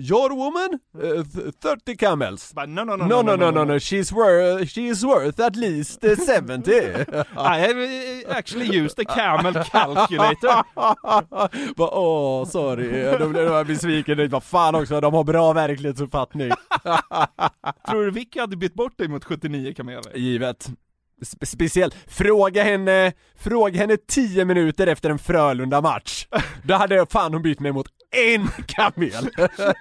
Speaker 4: your woman, eh, th- 30 camels.
Speaker 5: Bara, no, no, no,
Speaker 4: No, no, no, no, no, she's worth, she's worth at least eh, 70.
Speaker 5: (laughs) I have eh, actually used a
Speaker 4: (laughs)
Speaker 5: camel calculator.
Speaker 4: Bara, åh, sorry, då blev jag besviken. Vad fan också, de har bra verklighetsuppfattning.
Speaker 5: Tror du Vicky hade bytt bort dig mot 79 kameler?
Speaker 4: Givet. Spe- speciellt, fråga henne, fråga henne 10 minuter efter en Frölunda-match. Då hade jag fan hon bytt mig mot en (laughs) kamel.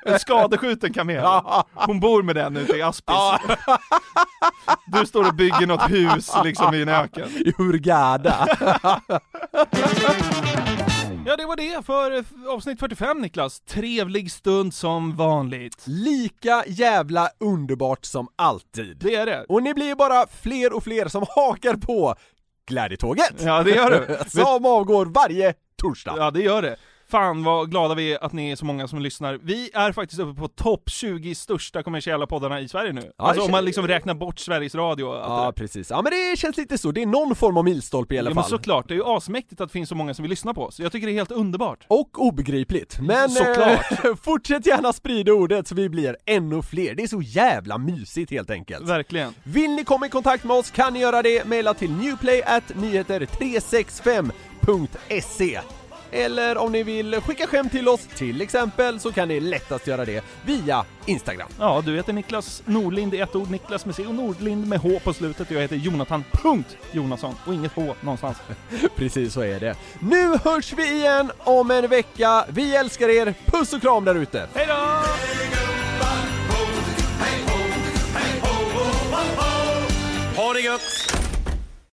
Speaker 5: En skadeskjuten kamel. Hon bor med den ute i Aspis. Du står och bygger något hus liksom
Speaker 4: (laughs)
Speaker 5: i en öken.
Speaker 4: I Hurghada.
Speaker 5: Ja, det var det för eh, avsnitt 45 Niklas. Trevlig stund som vanligt.
Speaker 4: Lika jävla underbart som alltid.
Speaker 5: Det är det.
Speaker 4: Och ni blir ju bara fler och fler som hakar på Glädjetåget!
Speaker 5: Ja, det gör du.
Speaker 4: (laughs) som avgår varje torsdag.
Speaker 5: Ja, det gör det. Fan vad glada vi är att ni är så många som lyssnar. Vi är faktiskt uppe på topp 20 största kommersiella poddarna i Sverige nu.
Speaker 4: Ja,
Speaker 5: alltså
Speaker 4: det
Speaker 5: om man
Speaker 4: känns-
Speaker 5: liksom räknar bort Sveriges Radio. och allt det där.
Speaker 4: Ja, precis. Ja, men det känns lite så. Det är någon form av milstolpe i alla
Speaker 5: Ja, men
Speaker 4: fall.
Speaker 5: såklart, det är ju asmäktigt att det finns så många som vill lyssna på oss. Jag tycker det är helt underbart.
Speaker 4: Och obegripligt. Men
Speaker 5: Såklart.
Speaker 4: Eh, (laughs) fortsätt gärna sprida ordet så vi blir ännu fler. Det är så jävla mysigt helt enkelt.
Speaker 5: Verkligen.
Speaker 4: Vill ni komma i kontakt med oss kan ni göra det. Maila till newplay.nyheter365.se Eller om ni vill skicka skämt till oss till exempel så kan ni lättast göra det via
Speaker 5: (laughs)
Speaker 4: Instagram.
Speaker 5: Ja, du heter Niklas Nordlind i ett ord, Niklas med C och Nordlind med H på slutet och jag heter Jonathan. Punkt Jonasson och inget H någonstans.
Speaker 4: Precis så är det. Nu hörs vi igen om en vecka. Vi älskar er. Puss och kram där ute.
Speaker 5: Hej då!
Speaker 14: Ha det gött!